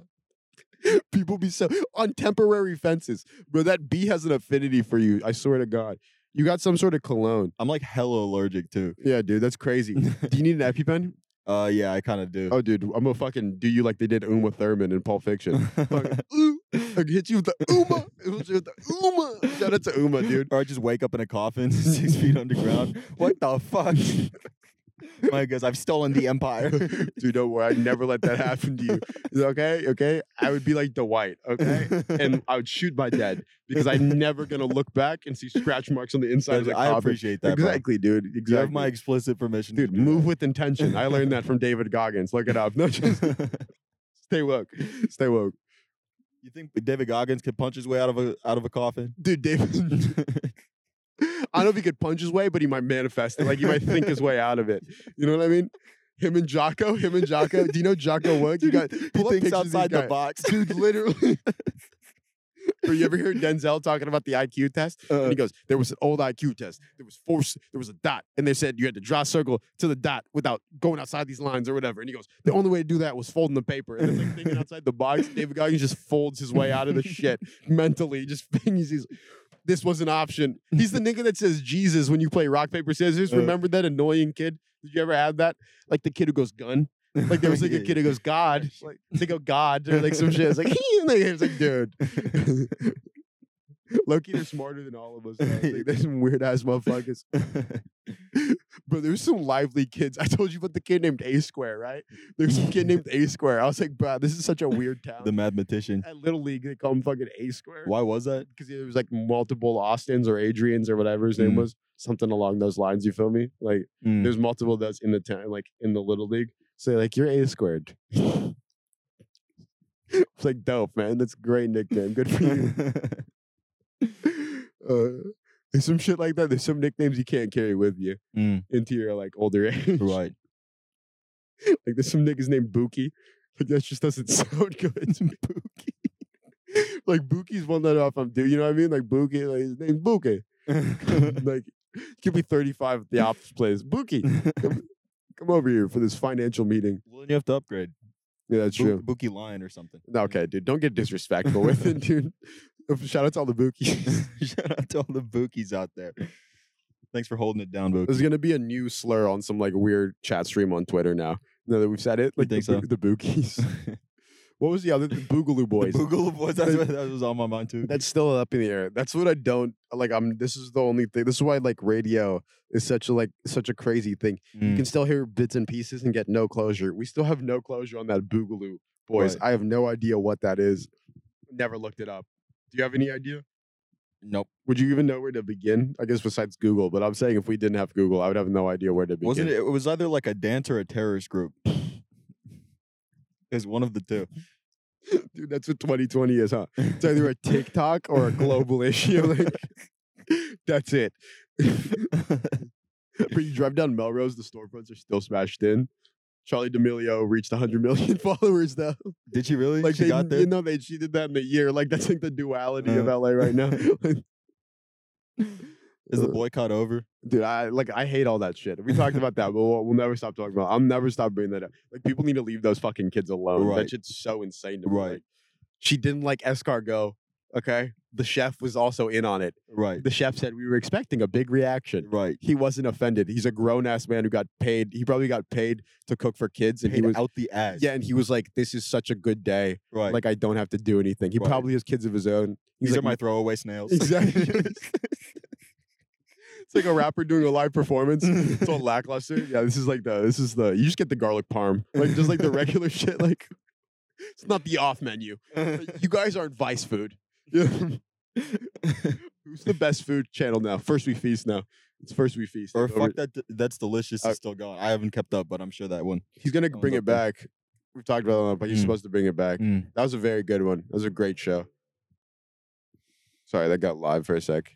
A: (laughs) People be so on temporary fences, bro. That bee has an affinity for you. I swear to God, you got some sort of cologne.
B: I'm like hella allergic too.
A: Yeah, dude, that's crazy. Do you need an EpiPen?
B: Uh, yeah, I kind of do.
A: Oh, dude, I'm gonna fucking do you like they did Uma Thurman in Pulp
B: (laughs)
A: Fiction. fucking, ooh, I can hit you with the Uma. It was with the Uma. Shout out to Uma, dude.
B: Or I just wake up in a coffin, (laughs) six feet underground. What the fuck? (laughs) My goodness, I've stolen
A: (laughs)
B: the empire.
A: Dude, don't worry. I'd never let that happen to you. Is it Okay, okay. I would be like Dwight, okay,
B: (laughs)
A: and I would shoot my dad because I'm never gonna look back and see scratch marks on the inside of
B: But
A: the
B: I
A: coffin.
B: appreciate that. bro.
A: exactly, dude. Exactly.
B: You have my explicit permission, to
A: dude.
B: do
A: Move with intention. I learned that from David Goggins. Look it up.
B: (laughs)
A: No, just
B: that.
A: stay woke. Stay woke,
B: you think David Goggins could punch his way out of a out of
A: (laughs)
B: a coffin?
A: dude. David. I don't know if he could punch his way, but he might manifest it. Like he might think his way out of it. You know what I mean? Him and Jocko, him and Jocko. Do you know Jocko Wood? You
B: Dude, (laughs)
A: got
B: he
A: pull up
B: thinks
A: pictures of these
B: outside the
A: guys.
B: (laughs) box.
A: Dude, (laughs) literally. Bro, you ever hear Denzel talking about the IQ test? And
B: Uh,
A: he goes, there was an old IQ test. There was four, c- there was a dot. And they said you had to draw a circle to the dot without going outside these lines or whatever. And he goes, the only way to do that was folding the paper. And it's like
B: (laughs)
A: thinking outside the box. David Goggins just folds his way out of the shit mentally. Just (laughs) thinks he's, this was an option. He's
B: (laughs)
A: the nigga that says Jesus when you play rock, paper, scissors.
B: Uh.
A: Remember that annoying kid? Did you ever have that? Like the kid who goes gun. (laughs) Like there was like a
B: (laughs) yeah,
A: kid who goes God.
B: (laughs)
A: Like they go God or like some shit. It's like, (laughs) it's like dude. Loki, they're smarter than all of
B: (laughs)
A: us. though. Like, there's some weird ass motherfuckers. Bro, there's some lively kids. (laughs) I told you about the kid named A Square, right? There's some kid named A Square. I was like, bro, this is such a weird town.
B: (laughs)
A: (laughs)
B: the mathematician.
A: At Little League, they call him fucking A Square.
B: Why was that?
A: (laughs)
B: (laughs)
A: Because there was like multiple Austins or Adrians or whatever his name
B: Mm.
A: was. Something along those lines, you feel me? Like,
B: Mm.
A: there's multiple of those in the town, like in the Little League. So like, you're A squared. (laughs) it's like, dope, man. That's a great nickname. Good for you.
B: (laughs)
A: uh, there's some shit like that. There's some nicknames you can't carry with you
B: Mm,
A: into your like older (laughs) age.
B: Right.
A: Like there's some niggas named Buki. Like that just doesn't (laughs) sound
B: (laughs)
A: good. Buki. (laughs) like Buki's one that off I'm dude. You know what I mean? Like Buki, like his name's
B: (laughs)
A: Buki. (laughs) like you could be 35 at the office place.
B: (laughs)
A: Buki, come over here for this financial meeting.
B: Well, then you have to upgrade.
A: Yeah, that's true.
B: Bu- Bookie Lion or something.
A: No, Okay, dude, don't get disrespectful with it, (laughs) dude. Shout out to all the bookies.
B: (laughs) Shout out to all the bookies out there. Thanks for holding it down,
A: (laughs)
B: Bookie.
A: There's gonna be a new slur on some like weird chat stream on Twitter now. Now that we've said it, like
B: think
A: the,
B: so?
A: boo- the bookies.
B: (laughs)
A: what was the other? The Boogaloo Boys.
B: Boogaloo boys. That's
A: The-
B: what, that was on my mind too.
A: That's still up in the air. That's what I don't like. I'm. This is the only thing. This is why like radio is such a like such a crazy thing. You
B: Mm.
A: can still hear bits and pieces and get no closure. We still have no closure on that Boogaloo Boys.
B: Right.
A: I have no idea what that is. Never looked it up. Do you have any idea?
B: nope.
A: Would you even know where to begin? I guess besides Google, but I'm saying if we didn't have Google, I would have no idea where to begin.
B: Wasn't it? It was either like a dance or a terrorist group. It's one of the two.
A: (laughs) Dude, that's what 2020 is, huh? It's either (laughs) a TikTok or a global issue. Like, (laughs) that's it. (laughs) but you drive down Melrose, the storefronts are still smashed in. Charlie D'Amelio reached 100 million (laughs) followers, though.
B: (laughs) Did she really?
A: Like,
B: she
A: they,
B: got there.
A: you know, they she did that in a year. Like, that's like the duality of
B: Uh.
A: LA right
B: (laughs)
A: now. (laughs) Like,
B: Is the
A: uh,
B: boycott over?
A: Dude, I like I hate all that shit. We talked about that, but we'll, we'll never stop talking about. it. I'll never stop bringing that up. Like people need to leave those fucking kids alone. That
B: Right.
A: shit's so insane to me.
B: Right.
A: Like, she didn't like escargot. Okay. The chef was also in on it.
B: Right.
A: The chef said we were expecting a big reaction.
B: Right.
A: He wasn't offended. He's a grown ass man who got paid. He probably got paid to cook for kids, and
B: Paid
A: he was
B: out the ass.
A: yeah, and he was like, "This is such a good day.
B: Right.
A: Like I don't have to do anything." He
B: Right.
A: probably has kids of his own.
B: These
A: like,
B: are my throwaway snails.
A: Exactly.
B: (laughs)
A: (laughs) it's like a rapper doing a live
B: (laughs)
A: performance. It's all lackluster. Yeah, this is like the this is the you just get the garlic parm. Like just
B: (laughs)
A: like the regular shit. Like it's not the off menu. You guys aren't vice food. (laughs) Who's the best food channel now? First we feast now. It's first we feast.
B: or
A: It's over-
B: fuck that. That's delicious.
A: Uh,
B: is still gone. I haven't kept up, but I'm sure that one.
A: He's gonna
B: Someone's
A: bring
B: up
A: it
B: there.
A: back. We've talked about that, but he's
B: Mm.
A: supposed to bring it back.
B: Mm.
A: That was a very good one. That was a great show. Sorry, that got live for a sec.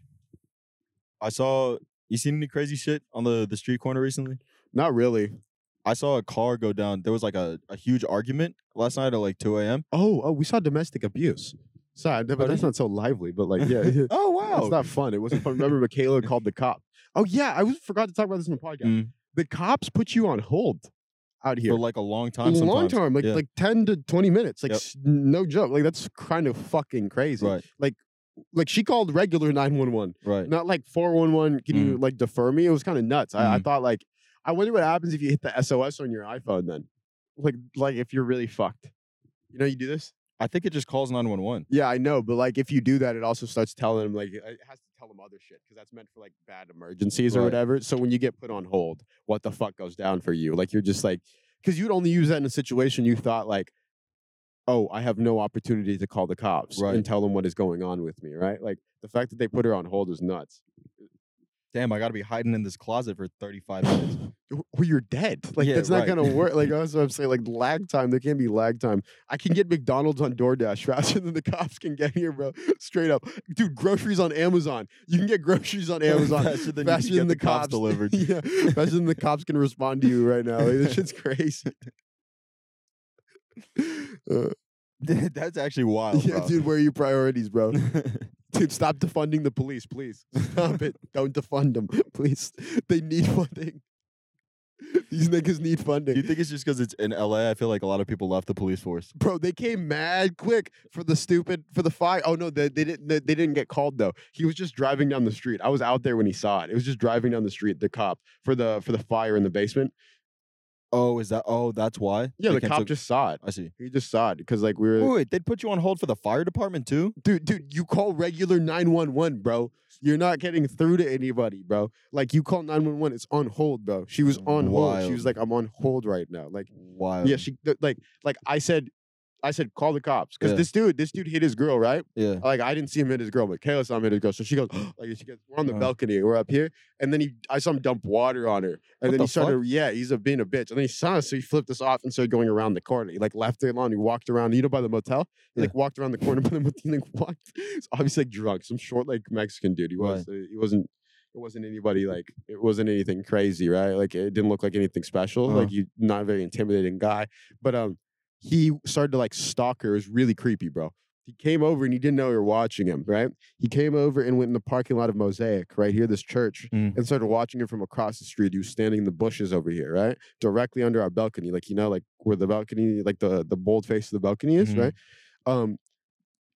B: I saw. You seen any crazy shit on the the street corner recently?
A: Not really.
B: I saw a car go down. There was like a, a huge argument last night at like 2 a.m.
A: Oh, oh, we saw domestic abuse. Sorry, but that's
B: did you?
A: not so lively. But like, (laughs) yeah, yeah.
B: Oh
A: it's not fun. It wasn't fun. Remember, Michaela called the cop. Oh yeah, I was forgot to talk about this in the podcast.
B: Mm.
A: The cops put you on hold out here
B: For like a long
A: a
B: time.
A: long
B: sometimes.
A: time, like
B: Yeah.
A: like ten to twenty minutes. Like
B: Yep.
A: s- no joke. Like that's kind of fucking crazy.
B: Right.
A: Like she called regular nine one one,
B: Right.
A: not like four one one. Can you like defer me? It was kind of nuts. I, I
B: Mm.
A: thought like I wonder what happens if you hit the SOS on your iPhone then, like like if you're really fucked. You know, you do this.
B: I think it just calls 911.
A: Yeah, I know, but like if you do that, it also starts telling them like it has to tell them other shit because that's meant for like bad emergencies or
B: Right.
A: whatever. So when you get put on hold, what the fuck goes down for you? Like you're just like because you'd only use that in a situation you thought like, oh, I have no opportunity to call the cops
B: Right.
A: and tell them what is going on with me, right? Like the fact that they put her on hold is nuts.
B: Damn, I got to be hiding in this closet for 35 (laughs) minutes.
A: W- Well, you're dead. Like
B: Yeah,
A: that's not
B: right.
A: gonna work.
B: (laughs)
A: Like that's what I'm saying. Like lag time. There can't be lag time. I can get McDonald's on DoorDash (laughs) faster than the cops can get here, bro. Straight up, dude. Groceries on Amazon. You can get groceries
B: (laughs)
A: on Amazon
B: Faster than you
A: faster
B: can get
A: than
B: the
A: the cops. (laughs)
B: cops delivered.
A: yeah, faster
B: (laughs)
A: than the cops can respond to you right now. Like, this shit's crazy. (laughs) Uh,
B: That's actually wild.
A: yeah,
B: bro.
A: dude. Where are your priorities,
B: (laughs)
A: bro? Dude, stop defunding the police, please. Stop it. Don't defund them, (laughs) please. They need funding. These niggas need funding.
B: Do (laughs) you think it's just because it's in LA? I feel like a lot of people left the police force.
A: bro they came mad quick for the stupid for the fire oh no they, they didn't they, they didn't get called though he was just driving down the street i was out there when he saw it it was just driving down the street the cop for the for the fire in the basement
B: Oh, is that? Oh, that's why.
A: yeah
B: They
A: the cop
B: canceled-
A: just saw it
B: I see.
A: he just saw it because like we were
B: Wait, wait, they'd put you on hold for the fire department too.
A: dude dude you call regular 911 bro you're not getting through to anybody bro like you call 911 it's on hold bro she was on hold she was
B: Wild.
A: like i'm on hold right now like
B: Wow.
A: yeah she th- like like i said i said call the cops because
B: Yeah.
A: this dude this dude hit his girl right
B: Yeah.
A: like I didn't see him hit his girl, but Kayla saw him hit his girl. So she goes, (gasps) like she goes, we're on the
B: Uh.
A: balcony, we're up here, and then he, I saw him dump water on her, and
B: What
A: then
B: the
A: he started, yeah, he's a being a bitch, and then he saw us, so he flipped us off and started going around the corner. He like left it alone, he walked around, you know, by the motel, he
B: Yeah.
A: like walked around the corner by the (laughs) motel, he like walked. He's obviously like drunk, some short like Mexican dude. He
B: Right.
A: was, uh, he wasn't. It wasn't anybody like it wasn't anything crazy, right? Like it didn't look like anything special.
B: Uh-huh.
A: Like you, not a very intimidating guy, but um, he started to like stalk her. It was really creepy, bro he came over and he didn't know we were watching him, right? He came over and went in the parking lot of Mosaic, right here, this church,
B: Mm.
A: and started watching him from across the street. He was standing in the bushes over here, right? Directly under our balcony, like you know, like where the balcony, like the the bold face of the balcony is,
B: Mhm.
A: right? Um,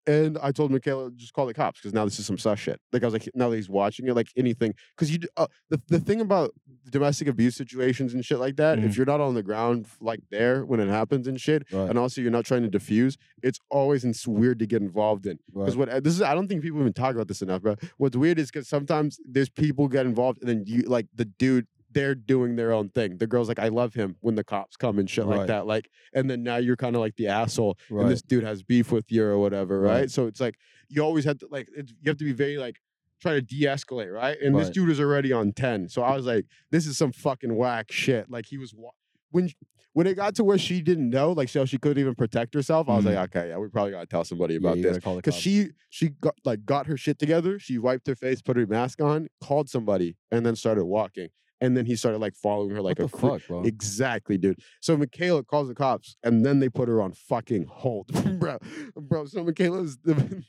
A: and I told Michaela just call the cops because now this is some sus shit. Like I was like, now that he's watching it, like anything, because you d- uh, the the thing about domestic abuse situations and shit like that, if
B: Mhm.
A: you're not on the ground like there when it happens and shit,
B: Right.
A: and also you're not trying to diffuse, it's always ins- weird to get involved in. Because
B: right.
A: what uh, this is, I don't think people even talk about this enough, bro. What's weird is because sometimes there's people get involved, and then you like the dude, they're doing their own thing. The girl's like, "I love him." When the cops come and shit like
B: Right.
A: that, like, and then now you're kind of like the asshole,
B: right.
A: and this dude has beef with you or whatever, right?
B: Right.
A: So it's like you always have to like it's, you have to be very like try to de-escalate, right? And this
B: Right.
A: dude is already on ten, so I was like, this is some fucking whack shit. Like he was wa- when sh- when it got to where she didn't know, like so she couldn't even protect herself. I was
B: Mm-hmm.
A: like, okay, yeah, we probably gotta tell somebody about this because she she got like got her shit together. She wiped her face, put her mask on, called somebody, and then started walking. And then he started like following her like
B: like
A: a
B: what the
A: cra-
B: fuck, bro.
A: Exactly, dude. So Michaela calls the cops, and then they put her on fucking
B: (laughs)
A: hold, (laughs) bro. Bro, so Michaela's. (laughs) this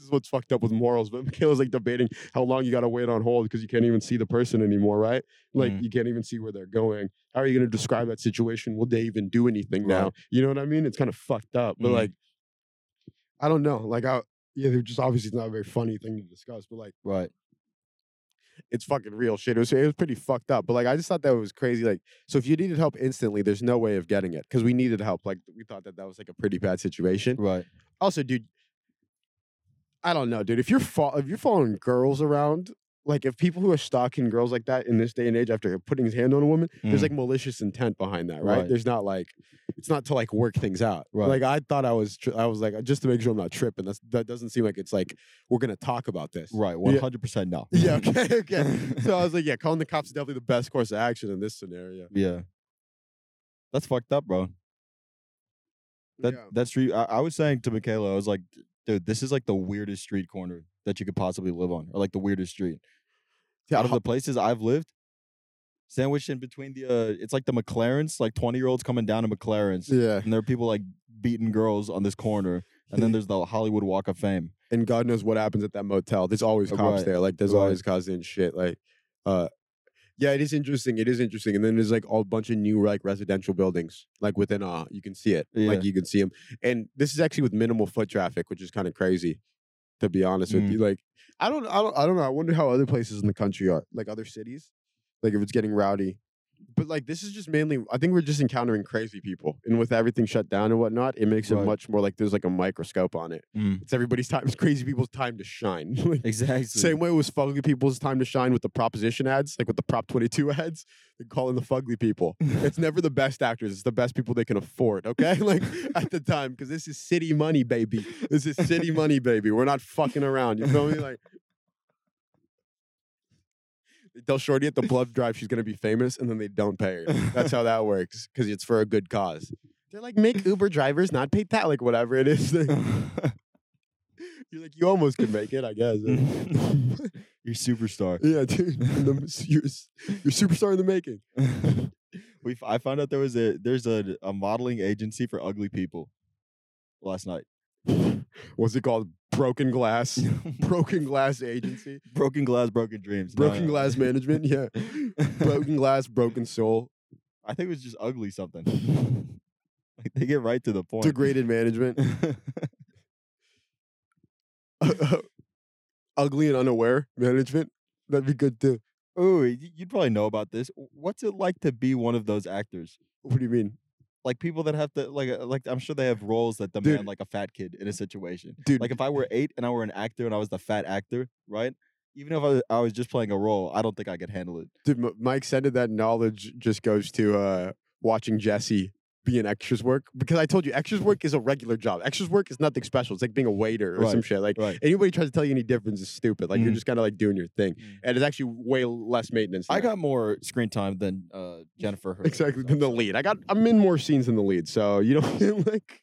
A: is what's fucked up with morals, but Michaela's like debating how long you gotta wait on hold because you can't even see the person anymore, right? Like
B: Mm.
A: you can't even see where they're going. How are you gonna describe that situation? Will they even do anything
B: Right. Mm-hmm.
A: now? You know what I mean? It's kind of fucked up, but
B: Mm.
A: like, I don't know. Like I, yeah, they're just obviously it's not a very funny thing to discuss, but like
B: Right.
A: it's fucking real shit. It was it was pretty fucked up, but like I just thought that was crazy. Like, so if you needed help instantly, there's no way of getting it because we needed help. Like we thought that that was like a pretty bad situation.
B: Right.
A: Also, dude, I don't know, dude. If you're fo- if you're following girls around, like if people who are stalking girls like that in this day and age after putting his hand on a woman, there's
B: Mm.
A: like malicious intent behind that, right?
B: Right.
A: There's not like it's not to like work things out.
B: Right.
A: Like I thought I was tri- I was like just to make sure I'm not tripping. That's that doesn't seem like it's like we're gonna talk about this.
B: Right. One hundred percent no. (laughs)
A: Yeah. Okay. Okay. so I was like, yeah, calling the cops is definitely the best course of action in this scenario.
B: yeah. That's fucked up, bro. That
A: Yeah.
B: that street. I, I was saying to Michaela, I was like, dude, this is like the weirdest street corner that you could possibly live on, or like the weirdest street
A: Yeah,
B: out of
A: ho-
B: the places I've lived. Sandwiched in between the, uh, it's like the McLarens, like twenty year olds coming down to McLarens, (laughs)
A: yeah. (laughs)
B: and there are people like beating girls on this corner, and (laughs) then there's the Hollywood Walk of Fame.
A: and God knows what happens at that motel. There's always
B: Uh,
A: cops
B: right,
A: there. Like there's
B: right.
A: always causing shit. Like, uh, yeah, it is interesting. It is interesting. And then there's like a bunch of new like residential buildings like within uh you can see it.
B: Yeah.
A: Like you can see them. And this is actually with minimal foot traffic, which is kind of crazy. To be honest with
B: Mm.
A: you, like I don't, I don't, I don't know. I wonder how other places in the country are, like other cities, like if it's getting rowdy. But like this is just mainly, I think we're just encountering crazy people, and with everything shut down and whatnot, it makes
B: Right.
A: it much more like there's like a microscope on it. It's everybody's time. It's crazy people's time to shine. (laughs) like,
B: Exactly.
A: same way it was fugly people's time to shine with the proposition ads, like with the Prop 22 (laughs) ads, they call in the fugly people. (laughs) It's never the best actors. It's the best people they can afford, okay? (laughs) Like at the time, because this is city money, baby. This is city money, baby. We're not fucking around. You (laughs) feel me? Like, they tell Shorty at the blood drive she's gonna be famous, and then they don't pay her. That's (laughs) how that works, because it's for a good cause. They're like, make Uber drivers not pay that, like whatever it is. (laughs) You're like, you almost could make it, I guess.
B: You're superstar.
A: yeah, dude. in the s- you're, s- you're superstar in the making.
B: (laughs)
A: (sighs)
B: we f- I found out there was a there's a, a modeling agency for ugly people last night.
A: What's it called? Broken glass. (laughs) Broken glass agency.
B: broken glass, broken dreams. No,
A: Broken
B: no.
A: glass
B: (laughs)
A: management. Yeah. Broken glass, broken soul.
B: I think it was just ugly something. like they get right to the point.
A: Degraded management. (laughs) Ugly and unaware management. That'd be good too.
B: (laughs) Ooh, y- you'd probably know about this. What's it like to be one of those actors?
A: What do you mean?
B: Like people that have to like uh, like I'm sure they have roles that demand
A: Dude.
B: like a fat kid in a situation.
A: Dude,
B: Like if
A: (laughs)
B: I were eight and I were an actor and I was the fat actor, right? Even if I was, I was just playing a role, I don't think I could handle it.
A: dude, M- my extent of that knowledge just goes to uh, watching Jesse be in extras work because I told you extras work is a regular job. Extras work is nothing special. It's like being a waiter or some
B: Right,
A: shit. Like (laughs)
B: Right.
A: anybody tries to tell you any difference is stupid. Like you're
B: Mhm.
A: just kind of like doing your thing,
B: Mm.
A: and it's actually way less maintenance. than
B: I
A: that.
B: got more screen time than uh,
A: (laughs)
B: Jennifer. Hurd,
A: exactly
B: so-
A: than the lead. I got I'm in more scenes than the lead, so you (laughs) don't like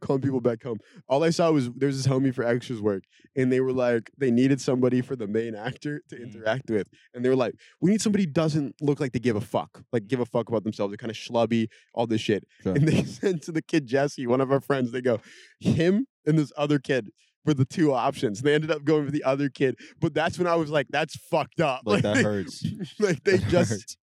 A: calling people back home. All I saw was there's this homie for extras work, and they were like they needed somebody for the main actor to
B: Mm.
A: interact with, and they were like, we need somebody who doesn't look like they give a fuck, like give a fuck about themselves. They're kind of schlubby, all this shit.
B: Sure.
A: And they (laughs) sent to the kid Jesse, one of our friends. They go him and this other kid. For the two options, they ended up going for the other kid, but that's when I was like, "That's fucked up." (laughs)
B: Like that
A: they-
B: hurts.
A: like they
B: (laughs) That
A: just
B: hurts.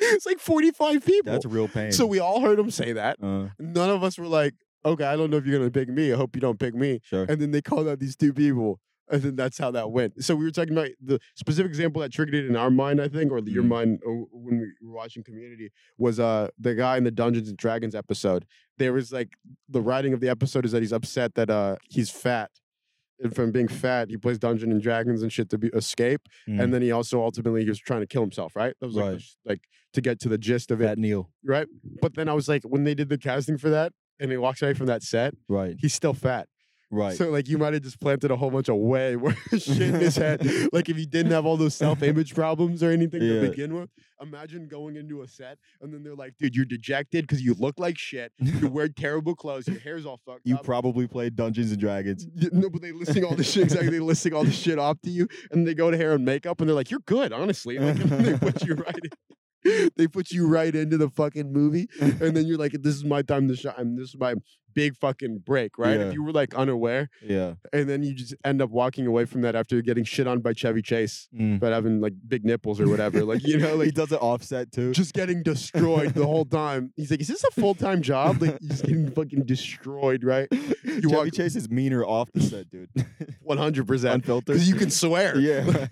A: it's like 45 people.
B: That's real
A: (laughs)
B: pain.
A: So we all heard him say that.
B: uh,
A: None of us were like, okay, I don't know if you're going to pick me. I hope you don't pick me.
B: sure.
A: And then they called out these two people. And then that's how that went. So we were talking about the specific example that triggered it in our mind, I think, or your
B: Mhm.
A: mind uh, when we were watching Community was uh the guy in the Dungeons and Dragons episode. There was like the writing of the episode is that he's upset that uh he's fat. And from being fat, he plays Dungeons and Dragons and shit to be, escape.
B: Mm.
A: And then he also ultimately he was trying to kill himself, right? That was like, the
B: Right.
A: sh- like to get to the gist of it
B: Fat Neil.
A: right? But then I was like, when they did the casting for that, and he walks away from that set, (laughs)
B: Right.
A: he's still fat.
B: Right.
A: So like, you might have just planted a whole bunch of way (laughs) worse shit in his
B: (laughs)
A: head. like if he didn't have all those self-image problems or anything
B: Yeah.
A: to begin with, imagine going into a set and then they're like, dude, you're dejected because you look like shit. You
B: (laughs)
A: wear terrible clothes. Your hair's all fucked
B: you
A: up.
B: probably played Dungeons
A: (laughs)
B: and Dragons.
A: Y- No, but they listing all the shit. Exactly, they listing (laughs) all the shit off to you, and they go to hair and makeup, and they're like, "You're good, honestly." Like, and they put you right. in. they put you right into the fucking movie, and then you're like, "This is my time to shine. This is my big fucking break." Right?
B: Yeah.
A: If you were like unaware,
B: yeah.
A: and then you just end up walking away from that after getting shit on by Chevy Chase
B: Mm.
A: about having like big nipples or whatever, (laughs) like you know,
B: (laughs) he
A: like
B: does it offset too.
A: just (laughs) getting destroyed the whole time. He's like, "Is this a full time job?" Like you're just getting fucking destroyed, right?
B: Chevy
A: walk-
B: Chase is meaner off the
A: (laughs)
B: set, dude.
A: One hundred percent.
B: Unfiltered.
A: Because you
B: (laughs)
A: can (laughs) swear.
B: yeah.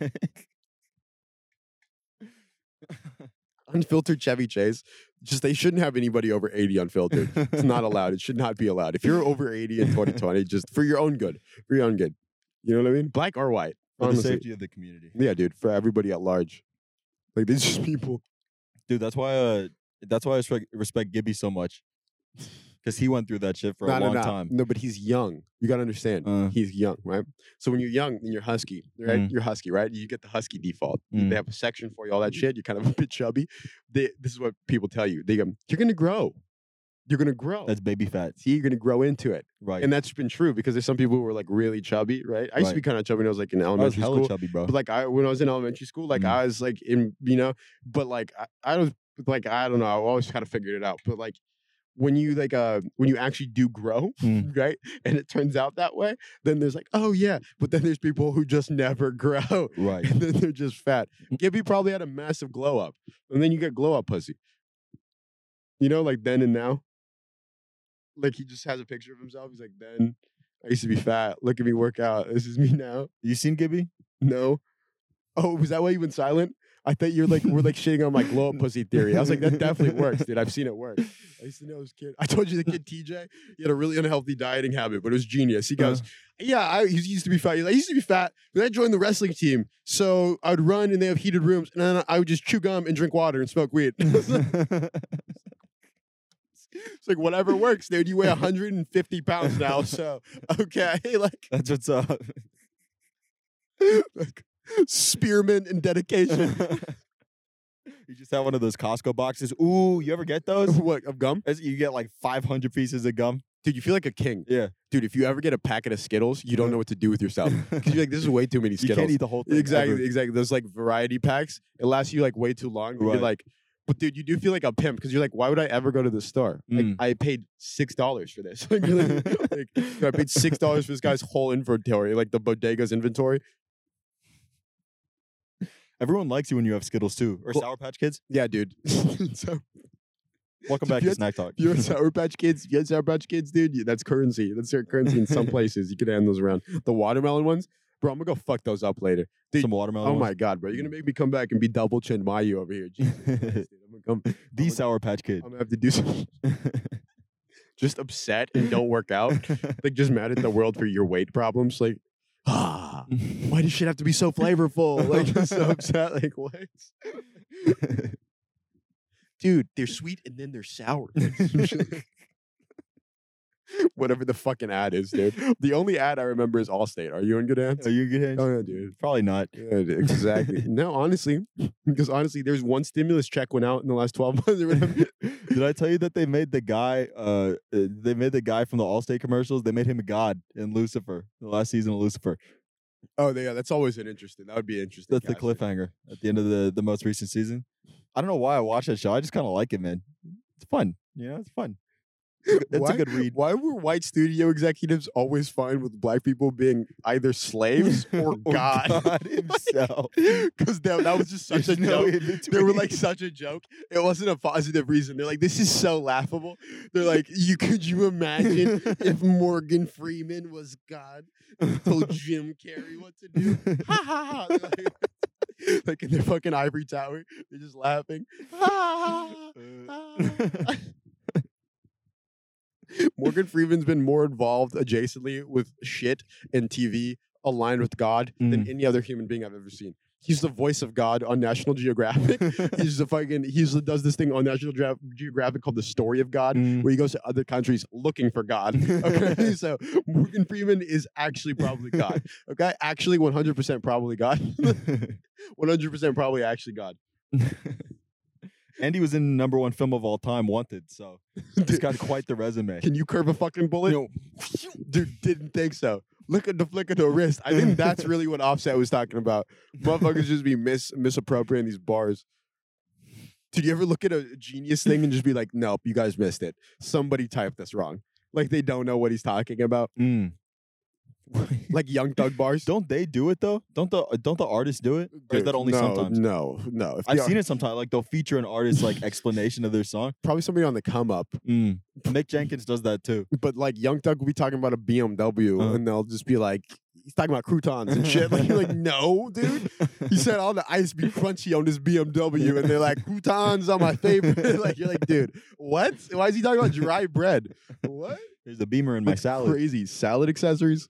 A: Unfiltered Chevy Chase. Just they shouldn't have anybody over eighty unfiltered. It's not allowed. It should not be allowed. If you're over 80 in 2020, just for your own good, for your own good. You know what I mean? Black or white.
B: (laughs) For the
A: honestly.
B: safety of the community.
A: Yeah, dude, for everybody at large. Like, these just people.
B: Dude, that's why uh that's why I respect, respect Gibby so much. Cuz he went through that shit (laughs) for a long time.
A: No, but he's young. You got to understand.
B: Uh,
A: He's young, right? So when you're young and you're husky, right?
B: Mm.
A: You're husky, right? You get the husky default.
B: Mm.
A: They have a section for you, all that shit. You're kind of (laughs) a bit chubby. They, this is what people tell you. They go, you're going to grow. You're going to grow.
B: that's baby fat.
A: See, you're going to grow into it.
B: Right.
A: and that's been true because there's some people who were like really chubby, right? I used to
B: Right.
A: be kind of chubby when I was like in
B: I was
A: elementary
B: hella
A: school.
B: chubby, bro.
A: But like I when I was in elementary school, like
B: Mm.
A: I was like in you know, but like I, I was like I don't know, I always kind of figured it out. But like when you like uh when you actually do grow, (laughs)
B: Mm.
A: right? And it turns out that way, then there's like, oh yeah. But then there's people who just never (laughs) grow.
B: Right.
A: And then they're just fat. Gibby probably had a massive glow up. And then you get glow up pussy. You know, like then and now. Like he just has a picture of himself. He's like, then I used to be fat. Look at me work out. This is me now.
B: You
A: (laughs)
B: seen Gibby?
A: No. Oh, was that why you went silent? I thought you're like we're like shitting on my glow up pussy theory. I was like, that definitely works, dude. I've seen it work. I used to know this kid. I told you the kid TJ. He had a really unhealthy dieting habit, but it was genius. He goes, yeah, I he used to be fat. He's like, I used to be fat, but I joined the wrestling team. So I would run and they have heated rooms, and then I would just chew gum and drink water and smoke weed. it's like whatever works, dude. You weigh 150 pounds now, so okay, (laughs) like,
B: (laughs) That's what's up. (laughs)
A: like spearmint and dedication.
B: you just have one of those Costco boxes. Ooh, you ever get those?
A: (laughs) what of gum,
B: As You get like 500 pieces of gum.
A: dude? You feel like a king,
B: Yeah. Uh-huh.
A: dude. If you ever get a packet of Skittles, you don't know what to do with (laughs)
B: (laughs)
A: yourself because you're like, this is way too many
B: you
A: Skittles.
B: can't eat the whole thing.
A: Exactly,
B: ever.
A: exactly. Those like variety packs, it lasts you like way too long. but You're
B: Right.
A: like, but dude, you do feel like a pimp because you're like, why would I ever go to the store? Like,
B: Mm.
A: I paid six dollars for this. (laughs) Like,
B: (laughs)
A: you're like- like, dude, I paid six dollars for this guy's whole inventory, like the bodega's inventory.
B: Everyone likes you when you have Skittles too, or
A: Well-
B: Sour Patch Kids.
A: Yeah, dude. (laughs) so
B: Welcome
A: If
B: back
A: you
B: to
A: had-
B: Snack Talk. (laughs)
A: if you're a Sour Patch Kids, if you had Sour Patch Kids, dude, you- that's currency. That's their currency in
B: (laughs)
A: some places. You could hand those around. The watermelon ones, bro. I'm gonna go fuck those up later. dude,
B: Some watermelon.
A: Oh my god, bro, you're gonna make me come back and be double chin Mayu over here.
B: (laughs)
A: Jesus Christ, (laughs) dude. I'm gonna come.
B: The Sour Patch Kid.
A: I'm gonna have to do some. (laughs) just upset and don't work (laughs) out. like just mad at the world for your weight problems. Like, ah, why does shit have to be so (laughs) flavorful? Like just so upset. Like what? Dude, they're sweet and then they're sour. (laughs) Whatever the fucking ad is, dude. The only ad I remember is Allstate. Are you in good (laughs) hands?
B: Are you good (laughs) hands?
A: Oh yeah, dude.
B: Probably not.
A: Good, exactly. no, honestly, (laughs) because honestly, there's one stimulus check went out in the last 12 months or whatever.
B: Did I tell you that they made the guy? Uh, uh, they made the guy from the Allstate commercials. They made him a god in Lucifer, the last season of Lucifer.
A: oh, yeah, that's always an interesting. That would be interesting.
B: That's the cliffhanger at the end of the the most recent season. I don't know why I watch that show. I just kind of like it, man. It's fun. You know, it's fun. It's
A: Why-
B: a good
A: (laughs)
B: read.
A: Why were white studio executives always fine with black people being either
B: (laughs)
A: slaves
B: Oh,
A: or, (laughs) God?
B: himself.
A: Because that, that was just such a
B: There's no (laughs)
A: joke.
B: in
A: They were like
B: between.
A: such a joke. It wasn't a positive reason. They're like, this is so laughable. They're like, you could you
B: (laughs)
A: imagine if Morgan Freeman was God? told Jim Carrey what to
B: (laughs)
A: do. (laughs) Ha ha ha! They're Like, (laughs) like in their fucking ivory tower, they're just laughing. Ha ha ha! ha. Morgan Freeman's been more involved adjacently with shit and TV aligned with God than
B: Mm.
A: any other human being I've ever seen. He's the voice of God on National
B: (laughs)
A: Geographic. he's the fucking he's does this thing on National Geograph- Geographic called the Story of God,
B: Mm.
A: where he goes to other countries looking for God. Okay, (laughs) so Morgan Freeman is actually probably God. Okay, actually 100% probably God. (laughs)
B: Mm. (laughs)
A: 100% probably actually God.
B: and he was in the number one film of all time, Wanted. So he's
A: (laughs) Dude,
B: got quite the resume.
A: Can you curve a fucking bullet?
B: No.
A: (laughs) Dude, didn't think so. Look at the flick of the wrist. I think
B: (laughs)
A: that's really what Offset was talking about. Motherfuckers just be mis- misappropriating these bars. Did you ever look at a genius thing and just be like, nope, you guys missed it. Somebody typed this wrong. Like they don't know what he's talking about.
B: Mm.
A: Like young thug bars.
B: don't they do it though? Don't the don't the artists do it? Or is
A: Dude,
B: that only
A: no,
B: sometimes?
A: No, no. If
B: I've seen it sometimes. Like they'll feature an artist's like explanation of their song.
A: Probably somebody on the come up.
B: Mm. Nick Jenkins does that too.
A: But like Young Thug will be talking about a BMW
B: Uh.
A: and they'll just be like, he's talking about croutons and shit. Like,
B: (laughs)
A: you're like, no, dude. He said all the ice be crunchy on this BMW and they're like, croutons are my favorite. (laughs) like, you're like, dude, what? Why is he talking about dry bread? What?
B: There's a beamer in my
A: That's
B: salad.
A: Crazy. Salad (laughs) accessories?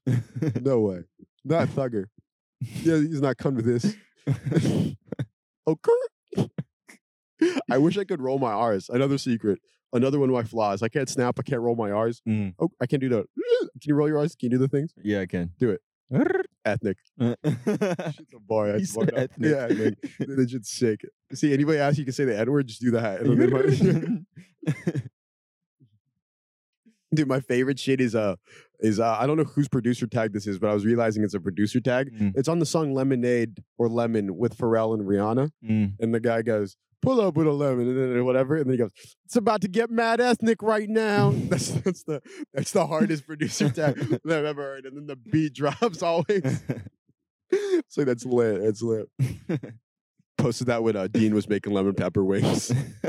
A: no way. Not Thugger. Yeah, he's not come to this. Okay. I wish I could roll my R's. Another secret. Another one of my flaws. I can't snap. I can't roll my R's.
B: (laughs) Mm.
A: Oh, I can't do that. Can you roll your R's? Can you do the things?
B: Yeah, I can (laughs)
A: Do it.
B: it.
A: Ethnic. Shit's a bar. I
B: He
A: fucked
B: said
A: up.
B: ethnic.
A: Yeah, (laughs) ethnic. they should shake it. See, anybody else, you can say the N word, just do that. And then (laughs) they
B: (laughs)
A: might- Dude, my favorite shit is uh is uh, I don't know whose producer tag this is, but I was realizing it's a producer tag.
B: Mm,
A: It's on the song Lemonade or Lemon with Pharrell and Rihanna.
B: mm.
A: And the guy goes, pull up with a lemon and then whatever. And then he goes, it's about to get mad ethnic right now. That's, that's the that's the hardest producer tag that I've ever heard. And then the beat drops (laughs) always.
B: Mm.
A: So that's lit. That's lit. Posted that when uh, Dean was making lemon pepper wings. (laughs)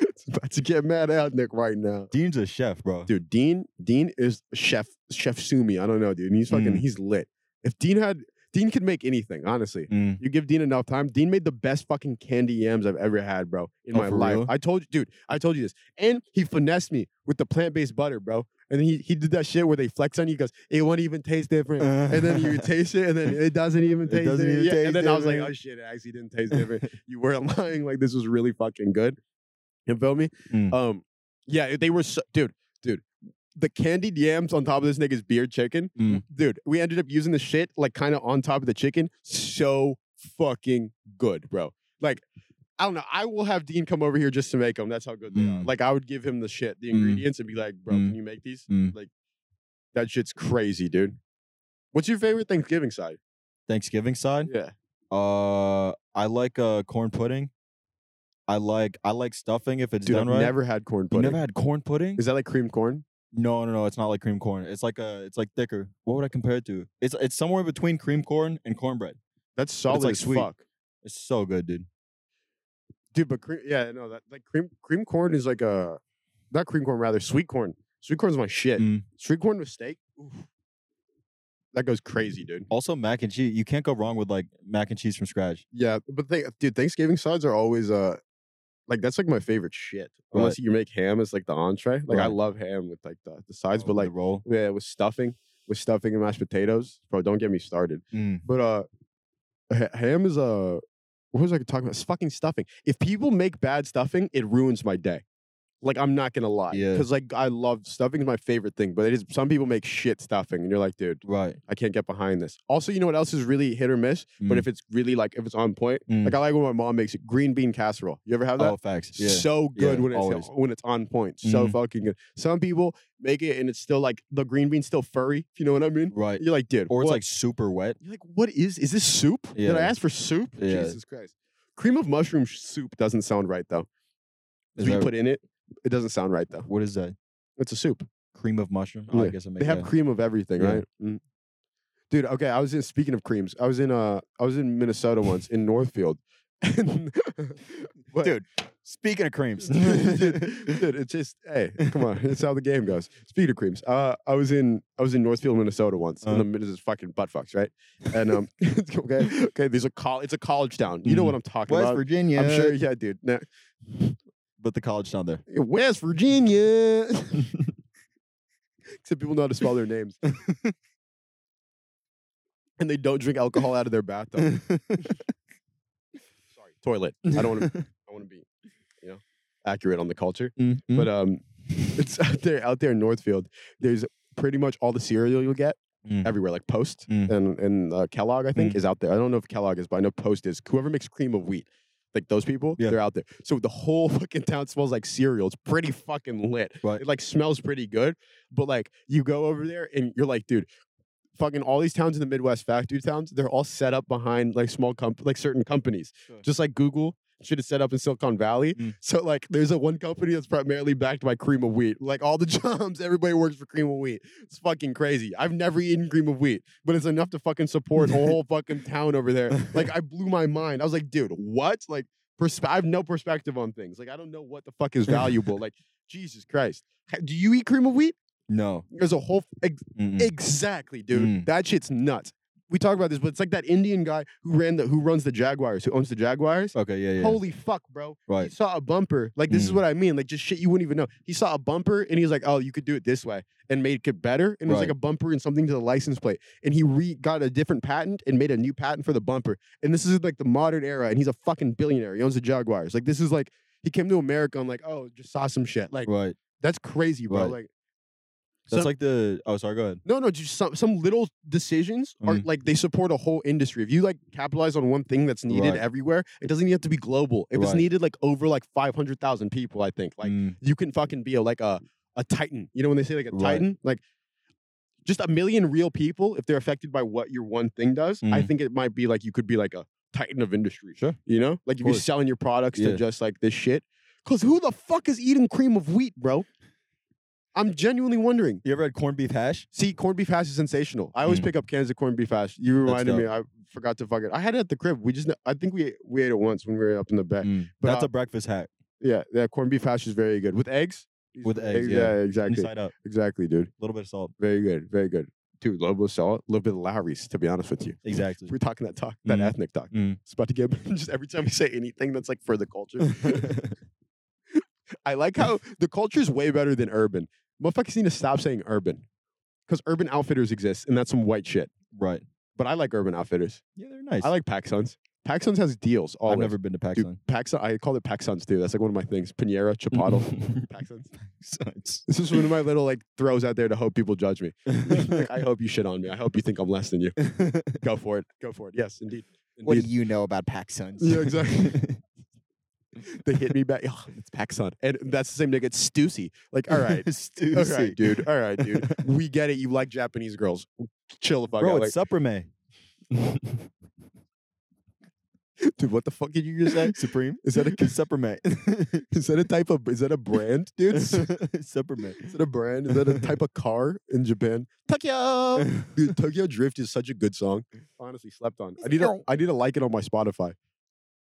A: it's about to get mad ethnic right now.
B: Dean's a chef, bro.
A: Dude, Dean, Dean is chef chef Sumi. I don't know, dude. He's fucking
B: Mm.
A: he's lit. If Dean had Dean could make anything, honestly.
B: Mm.
A: You give Dean enough time. Dean made the best fucking candy yams I've ever had, bro, in
B: Oh,
A: my
B: for
A: life.
B: real?
A: I told you, dude, I told you this. And he finessed me with the plant based butter, bro. And he, he did that shit where they flex on you, he goes, it won't even taste different. And then you taste it, and then it doesn't even
B: Uh-huh. It
A: taste
B: doesn't
A: different.
B: even
A: Yeah,
B: taste
A: and then I was like,
B: different.
A: oh shit, it actually didn't taste different. you weren't (laughs) lying. Like, this was really fucking good. You feel me?
B: Mm.
A: Um, yeah, they were, so, dude, dude. The candied yams on top of this nigga's beer chicken
B: Mm.
A: dude, we ended up using the shit like kind of on top of the chicken. So fucking good, bro. Like, I don't know. I will have Dean come over here just to make them. That's how good they are.
B: Mm.
A: Like, I would give him the shit, the
B: Mm.
A: ingredients, and be like, bro, can you make these?
B: Mm.
A: Like, that shit's crazy, dude. What's your favorite Thanksgiving side?
B: Thanksgiving side.
A: Yeah.
B: Uh, I like uh corn pudding. I like I like stuffing if it's
A: Dude, I've
B: done right.
A: never had corn
B: you
A: pudding.
B: never had corn pudding?
A: Is that like creamed corn?
B: No, no, no. It's not like cream corn. It's like a, it's like thicker. What would I compare it to? It's it's somewhere between cream corn and cornbread.
A: That's
B: But
A: solid
B: it's, like,
A: as
B: sweet.
A: fuck.
B: It's so good, dude.
A: Dude, but cream, yeah, no, that like cream cream corn is like a not cream corn, rather sweet corn. Sweet corn's my shit.
B: Mm.
A: Sweet corn with steak, oof. that goes crazy, dude.
B: Also, mac and cheese. You can't go wrong with like mac and cheese from scratch.
A: Yeah, but they, dude, Thanksgiving sides are always uh, like that's like my favorite shit. Unless you make ham as like the entree. Like I
B: Right.
A: love ham with like the, the sides,
B: Oh,
A: but
B: with
A: like
B: the roll.
A: yeah, with stuffing, with stuffing and mashed potatoes, bro. Don't get me started.
B: Mm.
A: But uh, ha- ham is uh, what was I talking about? It's fucking stuffing. If people make bad stuffing, it ruins my day. Like I'm not gonna lie,
B: Yeah.
A: because like I love stuffing is my favorite thing. But it is some people make shit stuffing, and you're like, dude,
B: Right.
A: I can't get behind this. Also, you know what else is really hit or miss? But
B: Mm.
A: if it's really like if it's on point,
B: Mm.
A: like I like when my mom makes it green bean casserole. You ever have that?
B: oh, facts. Yeah.
A: So good
B: Yeah,
A: when it's
B: always.
A: when it's on point. So
B: Mhm.
A: fucking good. Some people make it and it's still like the green bean's still furry. If you know what I mean?
B: right.
A: You're like, dude,
B: Or it's
A: what-
B: like super wet.
A: you're like, what is is this soup? Did I
B: Yeah.
A: ask for soup?
B: Yeah.
A: Jesus Christ. Cream of mushroom sh- soup doesn't sound right though.
B: Is
A: What you
B: that-
A: put in it, it doesn't sound right though.
B: what is that?
A: It's a soup.
B: Cream of mushroom. Oh,
A: Yeah.
B: I guess I make
A: They have
B: yeah.
A: cream of everything,
B: Yeah.
A: right? Mm. Dude, okay. I was in speaking of creams. I was in uh, I was in Minnesota once in Northfield, (laughs) and but-
B: Dude, Speaking
A: (laughs)
B: of creams,
A: dude, dude, it's just hey, come on, it's how the game goes. Speaking of creams, uh, I was in I was in Northfield, Minnesota once, and
B: Uh.
A: the Minnesota's fucking butt fucks, right? And um, (laughs) okay, okay, there's a col- it's a college town. You know what I'm talking
B: (laughs) Mm-hmm. West
A: about?
B: Virginia.
A: I'm sure, yeah, dude. Now,
B: But the college down there.
A: West Virginia. (laughs) Except people know how to spell their names.
B: (laughs)
A: and they don't drink alcohol out of their bathtub.
B: (laughs)
A: Sorry, toilet. I don't want to. I want to be, you know, accurate on the culture.
B: Mm-hmm.
A: But um, it's (laughs) out there, out there in Northfield. There's pretty much all the cereal you'll get
B: Mm.
A: everywhere, like Post
B: Mm.
A: and and uh, Kellogg. I think
B: Mm.
A: is out there. I don't know if Kellogg is, but I know Post is. Whoever makes cream of wheat. Like those people,
B: Yeah.
A: they're out there. So the whole (laughs) fucking town smells like cereal. It's pretty fucking lit.
B: Right.
A: It like smells pretty good. But like you go over there and you're like, dude, fucking all these towns in the Midwest, factory towns, they're all set up behind like small comp like certain companies.
B: Sure.
A: Just like Google should have set up in Silicon Valley.
B: Mm.
A: So like there's a one company that's primarily backed by cream of wheat. Like all the (laughs) jobs, everybody works for cream of wheat. It's fucking crazy. I've never eaten cream of wheat, but it's enough to fucking support a whole fucking town over there. (laughs) Like I blew my mind. I was like, dude, what? Like persp- I have no perspective on things. Like I don't know what the fuck is
B: (laughs)
A: valuable. like Jesus Christ. Ha- Do you eat cream of wheat?
B: No.
A: There's a whole ex-
B: Mm-mm.
A: Exactly, dude.
B: Mm.
A: That shit's nuts. We talk about this, but it's like that Indian guy who ran the who runs the Jaguars, who owns the Jaguars.
B: okay. Yeah. Yeah.
A: Holy fuck, bro. He
B: right.
A: saw a bumper. Like this is
B: Mm.
A: what I mean. Like just shit you wouldn't even know. He saw a bumper and he was like, "Oh, you could do it this way." And make it better. And it was like
B: Right.
A: a bumper and something to the license plate. And he re got a different patent and made a new patent for the bumper. And this is like the modern era and he's a fucking billionaire. He owns the Jaguars. Like this is like he came to America and like, "Oh, just saw some shit." Like
B: Right.
A: that's crazy, bro.
B: Right.
A: Like
B: That's
A: some-
B: like the. Oh, sorry. Go ahead.
A: no, no, just some some little decisions are
B: Mm.
A: like they support a whole industry. If you like capitalize on one thing that's needed
B: Right.
A: everywhere, it doesn't even have to be global. If it's
B: Right.
A: needed like over like five hundred thousand people, I think like
B: Mm,
A: you can fucking be a, like a a titan. You know when they say like a
B: Right.
A: titan, like just a million real people. If they're affected by what your one thing does, I
B: Mm.
A: think it might be like you could be like a titan of industry.
B: Sure.
A: you know, like if you're
B: course.
A: selling your products to
B: Yeah.
A: just like this shit. Cause who the fuck is eating cream of wheat, bro? I'm genuinely wondering.
B: You ever had corned beef hash?
A: See, corned beef hash is sensational. I always
B: Mm.
A: pick up cans of corned beef hash. You reminded me.
B: dope.
A: I forgot to fuck it. I had it at the crib. We just, I think we we ate it once when we were up in the back.
B: Mm,
A: But,
B: That's
A: uh,
B: a breakfast hack.
A: Yeah, yeah. Corned beef hash is very good with eggs.
B: With eggs, yeah.
A: exactly,
B: Inside out.
A: exactly, dude.
B: A little bit of salt.
A: Very good, very good, dude. Lobo salt, a little bit of Lowry's. To be honest with you,
B: Exactly.
A: we're talking that talk, that
B: Mm.
A: ethnic talk.
B: Mm.
A: It's about to get (laughs) just every time we say anything that's like for the culture.
B: (laughs)
A: I like how the culture is way better than urban. Motherfuckers need to stop saying urban, because urban outfitters exist, and that's some white shit.
B: right.
A: But I like Urban Outfitters.
B: Yeah, they're nice.
A: I like PacSuns. PacSuns has deals. Always.
B: I've never been to
A: Dude,
B: Pakistan.
A: PacSun. I call it PacSuns too. That's like one of my things.
B: (laughs)
A: Pinera, Chipotle, PacSuns. (laughs)
B: Sucks.
A: This is one of my little like throws out there to hope people judge me. (laughs) Like, I hope you shit on me. I hope you think I'm less than you. Go for it. Go for it. Yes, indeed.
C: What do
A: Indeed.
C: you know about PacSuns?
A: yeah, exactly. they hit me back. Oh, it's PacSun, and that's the same nigga. It's Stussy. Like, (laughs) all (laughs)
B: (laughs)
A: right, all right, dude. All right, dude. We get it. You like Japanese girls. Chill the fuck
B: Bro,
A: out.
B: it's Supreme.
A: Like, (laughs) dude, what the fuck did you just say?
B: Supreme?
A: Is that a
B: It's (laughs) Supreme.
A: (laughs) Is that a type of is that a brand, dude? (laughs) is
B: Supreme.
A: that a brand? Is that a type of car in Japan?
B: (laughs)
A: Tokyo, dude. Tokyo Drift is such a good song. Honestly, slept on. I need to I need to like it on my Spotify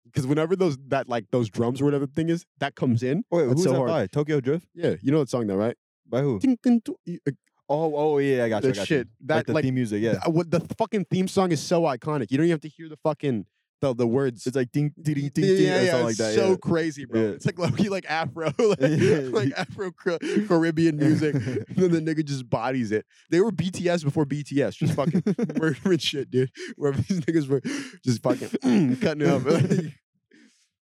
A: because whenever those that like those drums or whatever the thing is that comes in,
B: Wait,
A: That's
B: who's
A: so
B: that
A: hard.
B: by? Tokyo Drift?
A: yeah, you know that song though, right?
B: By who?
A: Ding, ding, doo, e- uh,
B: Oh, oh yeah, I got you. I
A: That
B: got
A: shit.
B: You.
A: That
B: like the
A: like,
B: theme music, yeah.
A: th- uh, what the fucking theme song is so iconic. You don't even have to hear the fucking the the words.
B: (laughs) It's like ding, ding, ding, ding,
A: Yeah,
B: ding,
A: yeah,
B: or
A: yeah,
B: something like
A: it's
B: that.
A: so
B: yeah.
A: crazy, bro.
B: Yeah.
A: It's like low-key, like Afro, (laughs) like, like Afro Car- (laughs) Caribbean music. and then the nigga just bodies it. They were BTS before BTS, just fucking (laughs) murdering shit, dude. Where (laughs) these niggas were just fucking (clears throat) cutting it up. (laughs)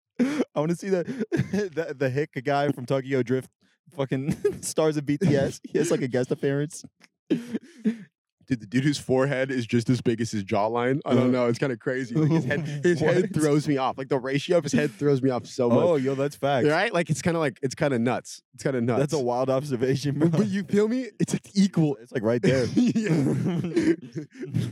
B: (laughs) I want to see that the, the hick guy from Tokyo Drift fucking (laughs) stars of
A: (laughs)
B: BTS. He has like a guest appearance.
A: dude, the dude whose forehead is just as big as his jawline. I don't
B: Uh.
A: know. It's kind of crazy. Like, his
B: (laughs)
A: head, his head
B: What?
A: throws me off. Like the ratio of his head throws me off so much.
B: (laughs) Oh, yo, that's facts.
A: Right? Like it's kind of like it's kind of nuts. It's kind of nuts.
B: That's a wild observation, bro.
A: But you feel me? It's like equal.
B: it's like right (laughs) there.
A: (laughs) Yeah. (laughs)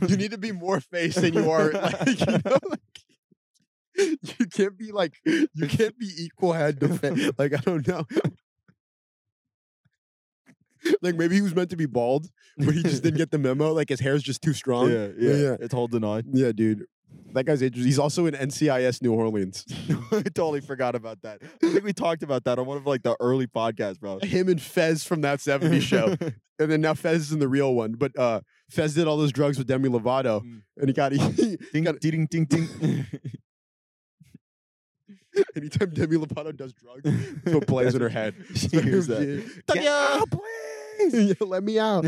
A: you need to be more face than you are. (laughs) Like, (laughs) you, know, like, you can't be like you can't be equal head to (laughs) face. Like I don't know. like maybe he was meant to be bald, but he just didn't get the memo. Like his hair's just too strong.
B: yeah, yeah,
A: yeah.
B: It's holding on.
A: Yeah, dude. That guy's interesting. He's also in NCIS New Orleans.
B: (laughs)
A: (laughs)
B: I totally forgot about that. I think we talked about that on one of like the early podcasts, (laughs) bro.
A: Him and Fez from that 70s show. (laughs) And then now Fez is in the real one. But uh Fez did all those drugs with Demi Lovato
B: Mm.
A: and he got (laughs) he,
B: (laughs) ding,
A: Got
B: ding, ding, (laughs) ding.
A: Anytime Demi Lovato does drugs, so it plays in her head.
B: (laughs) She hears that.
A: Get (laughs) out,
B: (laughs)
A: please. Let me out.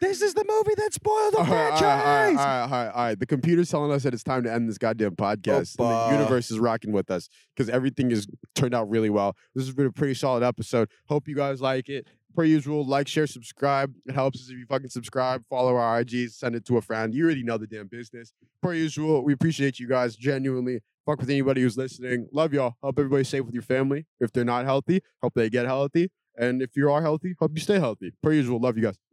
B: this is the movie that spoiled
A: All right, all right, all right, all
B: uh-huh.
A: right, all right, all right. The computer's telling us that it's time to end this goddamn podcast. and
B: Opa.
A: the universe is rocking with us because everything has turned out really well. This has been a pretty solid episode. Hope you guys like it. Per usual, like, share, subscribe. It helps us if you fucking subscribe, follow our IGs, send it to a friend. You already know the damn business. Per usual, we appreciate you guys genuinely. Fuck with anybody who's listening. Love y'all. Hope everybody's safe with your family. If they're not healthy, hope they get healthy. And if you are healthy, hope you stay healthy. Per usual, love you guys.